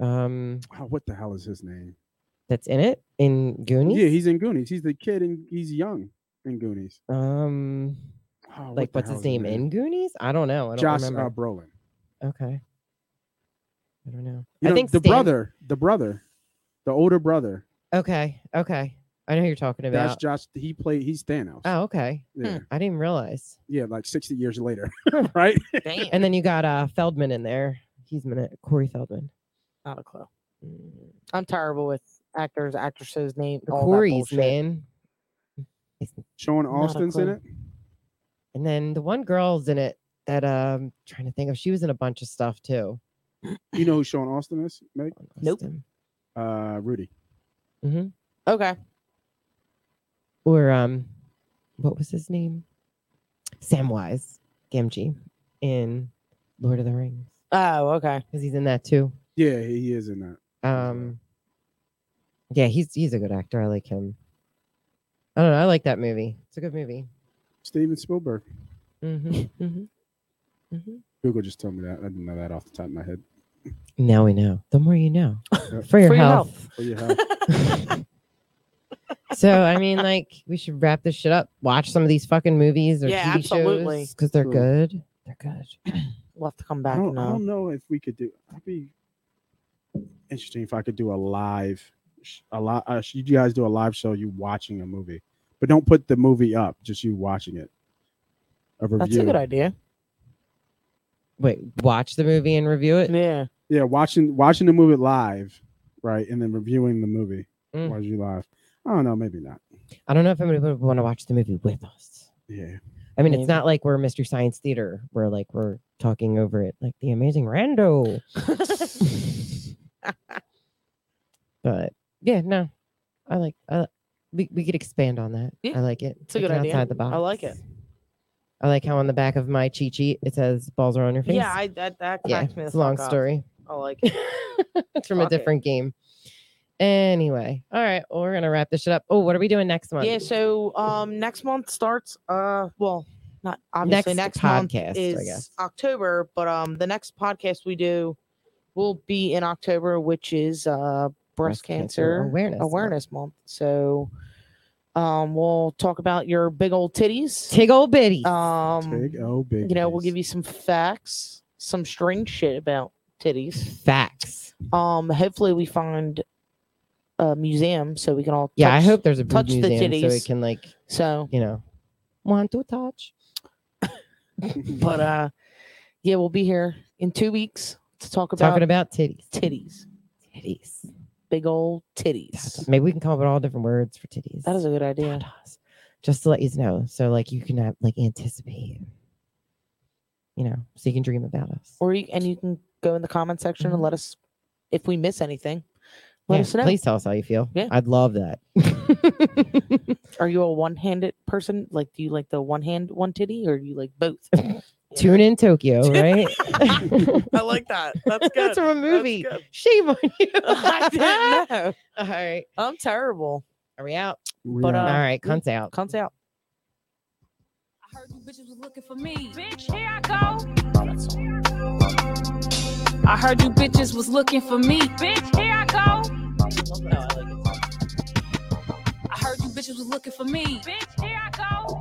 S2: Um,
S3: Oh, what the hell is his name?
S2: that's in it in Goonies.
S3: Yeah, he's in Goonies. He's the kid and he's young in Goonies.
S2: um,
S3: Oh, what
S2: like
S3: the
S2: what's
S3: hell
S2: his
S3: is
S2: name in Goonies? I don't know. I don't
S3: Josh uh,
S2: remember.
S3: Brolin.
S2: okay. I don't know. I
S3: You know,
S2: think
S3: the
S2: Stan-
S3: brother, the brother, the older brother.
S2: Okay. Okay. I know who you're talking
S3: That's
S2: about.
S3: Josh. He played. He's Thanos.
S2: Oh, okay.
S1: hmm.
S3: Yeah,
S2: I didn't realize.
S3: yeah, like sixty years later, right?
S1: Damn.
S2: And then you got uh Feldman in there. He's in it. Corey Feldman.
S1: Not a clue. I'm terrible with actors, actresses, name.
S2: The
S1: Mm, all that
S2: Corey's
S1: bullshit.
S2: man.
S3: Sean
S1: a
S3: Austin's in
S1: clue.
S3: it.
S2: And then the one girl's in it that um trying to think of. She was in a bunch of stuff too.
S3: You know who Sean Austin is, Meg?
S1: Nope.
S2: Austin.
S3: Uh, Rudy.
S1: Okay.
S2: Or um what was his name? Samwise Gamgee in Lord of the Rings.
S1: Oh, okay.
S2: Because he's in that too.
S3: Yeah, he is in that. Yeah.
S2: Um, yeah, he's he's a good actor. I like him. I don't know. I like that movie. It's a good movie.
S3: Steven Spielberg.
S2: Mm-hmm, mm-hmm, mm-hmm.
S3: Google just told me that. I didn't know that off the top of my head.
S2: Now we know. The more you know,
S3: Yep.
S2: for your
S1: For your
S2: health.
S3: Oh, yeah.
S2: so I mean, like, we should wrap this shit up. Watch some of these fucking movies or
S1: Yeah,
S2: TV
S1: absolutely.
S2: shows because they're
S3: Sure.
S2: good. They're good.
S1: We'll have to come
S3: I
S1: back.
S3: don't,
S1: and,
S3: I
S1: uh,
S3: don't know if we could do. That'd be interesting if I could do a live, sh- a lot. Uh, sh- you guys do a live show, you watching a movie, but don't put the movie up, just you watching it. A review.
S1: That's a good idea.
S2: Wait, watch the movie and review it.
S1: Yeah.
S3: Yeah, watching watching the movie live, right, and then reviewing the movie
S2: Mm.
S3: while you live. I don't know, maybe not.
S2: I don't know if anybody would want to watch the movie with us.
S3: Yeah,
S2: I mean, it's
S1: Maybe.
S2: not like we're Mystery Science Theater where like we're talking over it like the amazing rando. but yeah, no, I like. I, we we could expand on that.
S1: Yeah,
S2: I like it.
S1: it's a good
S2: Thinking
S1: idea.
S2: Outside the box.
S1: I like it.
S2: I like how on the back of my cheat sheet it says balls are on your face.
S1: Yeah, I, that that
S2: yeah.
S1: cracks me.
S2: It's
S1: the
S2: a long
S1: fuck up.
S2: story.
S1: I like it.
S2: it's from a
S1: Fuck it.
S2: different game. Anyway, all right, well, we're gonna wrap this shit up. Oh, what are we doing next month?
S1: yeah. So um, next month starts. Uh, well, not obviously
S2: next,
S1: next, month
S2: podcast, I
S1: is
S2: guess.
S1: October, but um, the next podcast we do will be in October, which is uh breast, cancer,
S2: awareness. Month.
S1: awareness month. So, um, we'll talk about your big old titties.
S2: Tig old bitty.
S1: Um,
S3: big oh big.
S1: you know, we'll give you some facts, some strange shit about titties.
S2: Facts.
S1: Um, hopefully we find a museum so we can all.
S2: Yeah, I
S1: touch-
S2: hope there's a boob
S1: touch the
S2: museum so we
S1: titties.
S2: can like,
S1: so.
S2: you know, want to touch.
S1: But uh, yeah, we'll be here in two weeks to talk about,
S2: Talking about titties.
S1: titties,
S2: Titties.
S1: big old
S2: Tatas.
S1: titties.
S2: Maybe we can come up with all different words for titties.
S1: That is a good idea.
S2: Tatas. Just to let you know, so like you can uh, like anticipate, you know, so you can dream about us.
S1: Or you, and you can go in the comment section
S2: Mhm.
S1: and let us if we miss anything. Let
S2: Yeah,
S1: us know.
S2: Please tell us how you feel.
S1: Yeah.
S2: I'd love that.
S1: Are you a one-handed person? Like, do you like the one hand, one titty, or do you like both?
S2: Tune in Tokyo, right?
S1: I like that. That's
S2: That's from a movie.
S1: good.
S2: Shame on you.
S1: I didn't know.
S2: all right.
S1: I'm terrible.
S2: Are we out?
S1: but,
S2: all
S1: uh,
S2: right. Cunts out.
S1: Comes out.
S4: I heard you bitches was looking for me. Bitch, here I go. I heard you bitches was looking for me. Bitch, here I go. I heard you bitches was looking for me. Bitch, here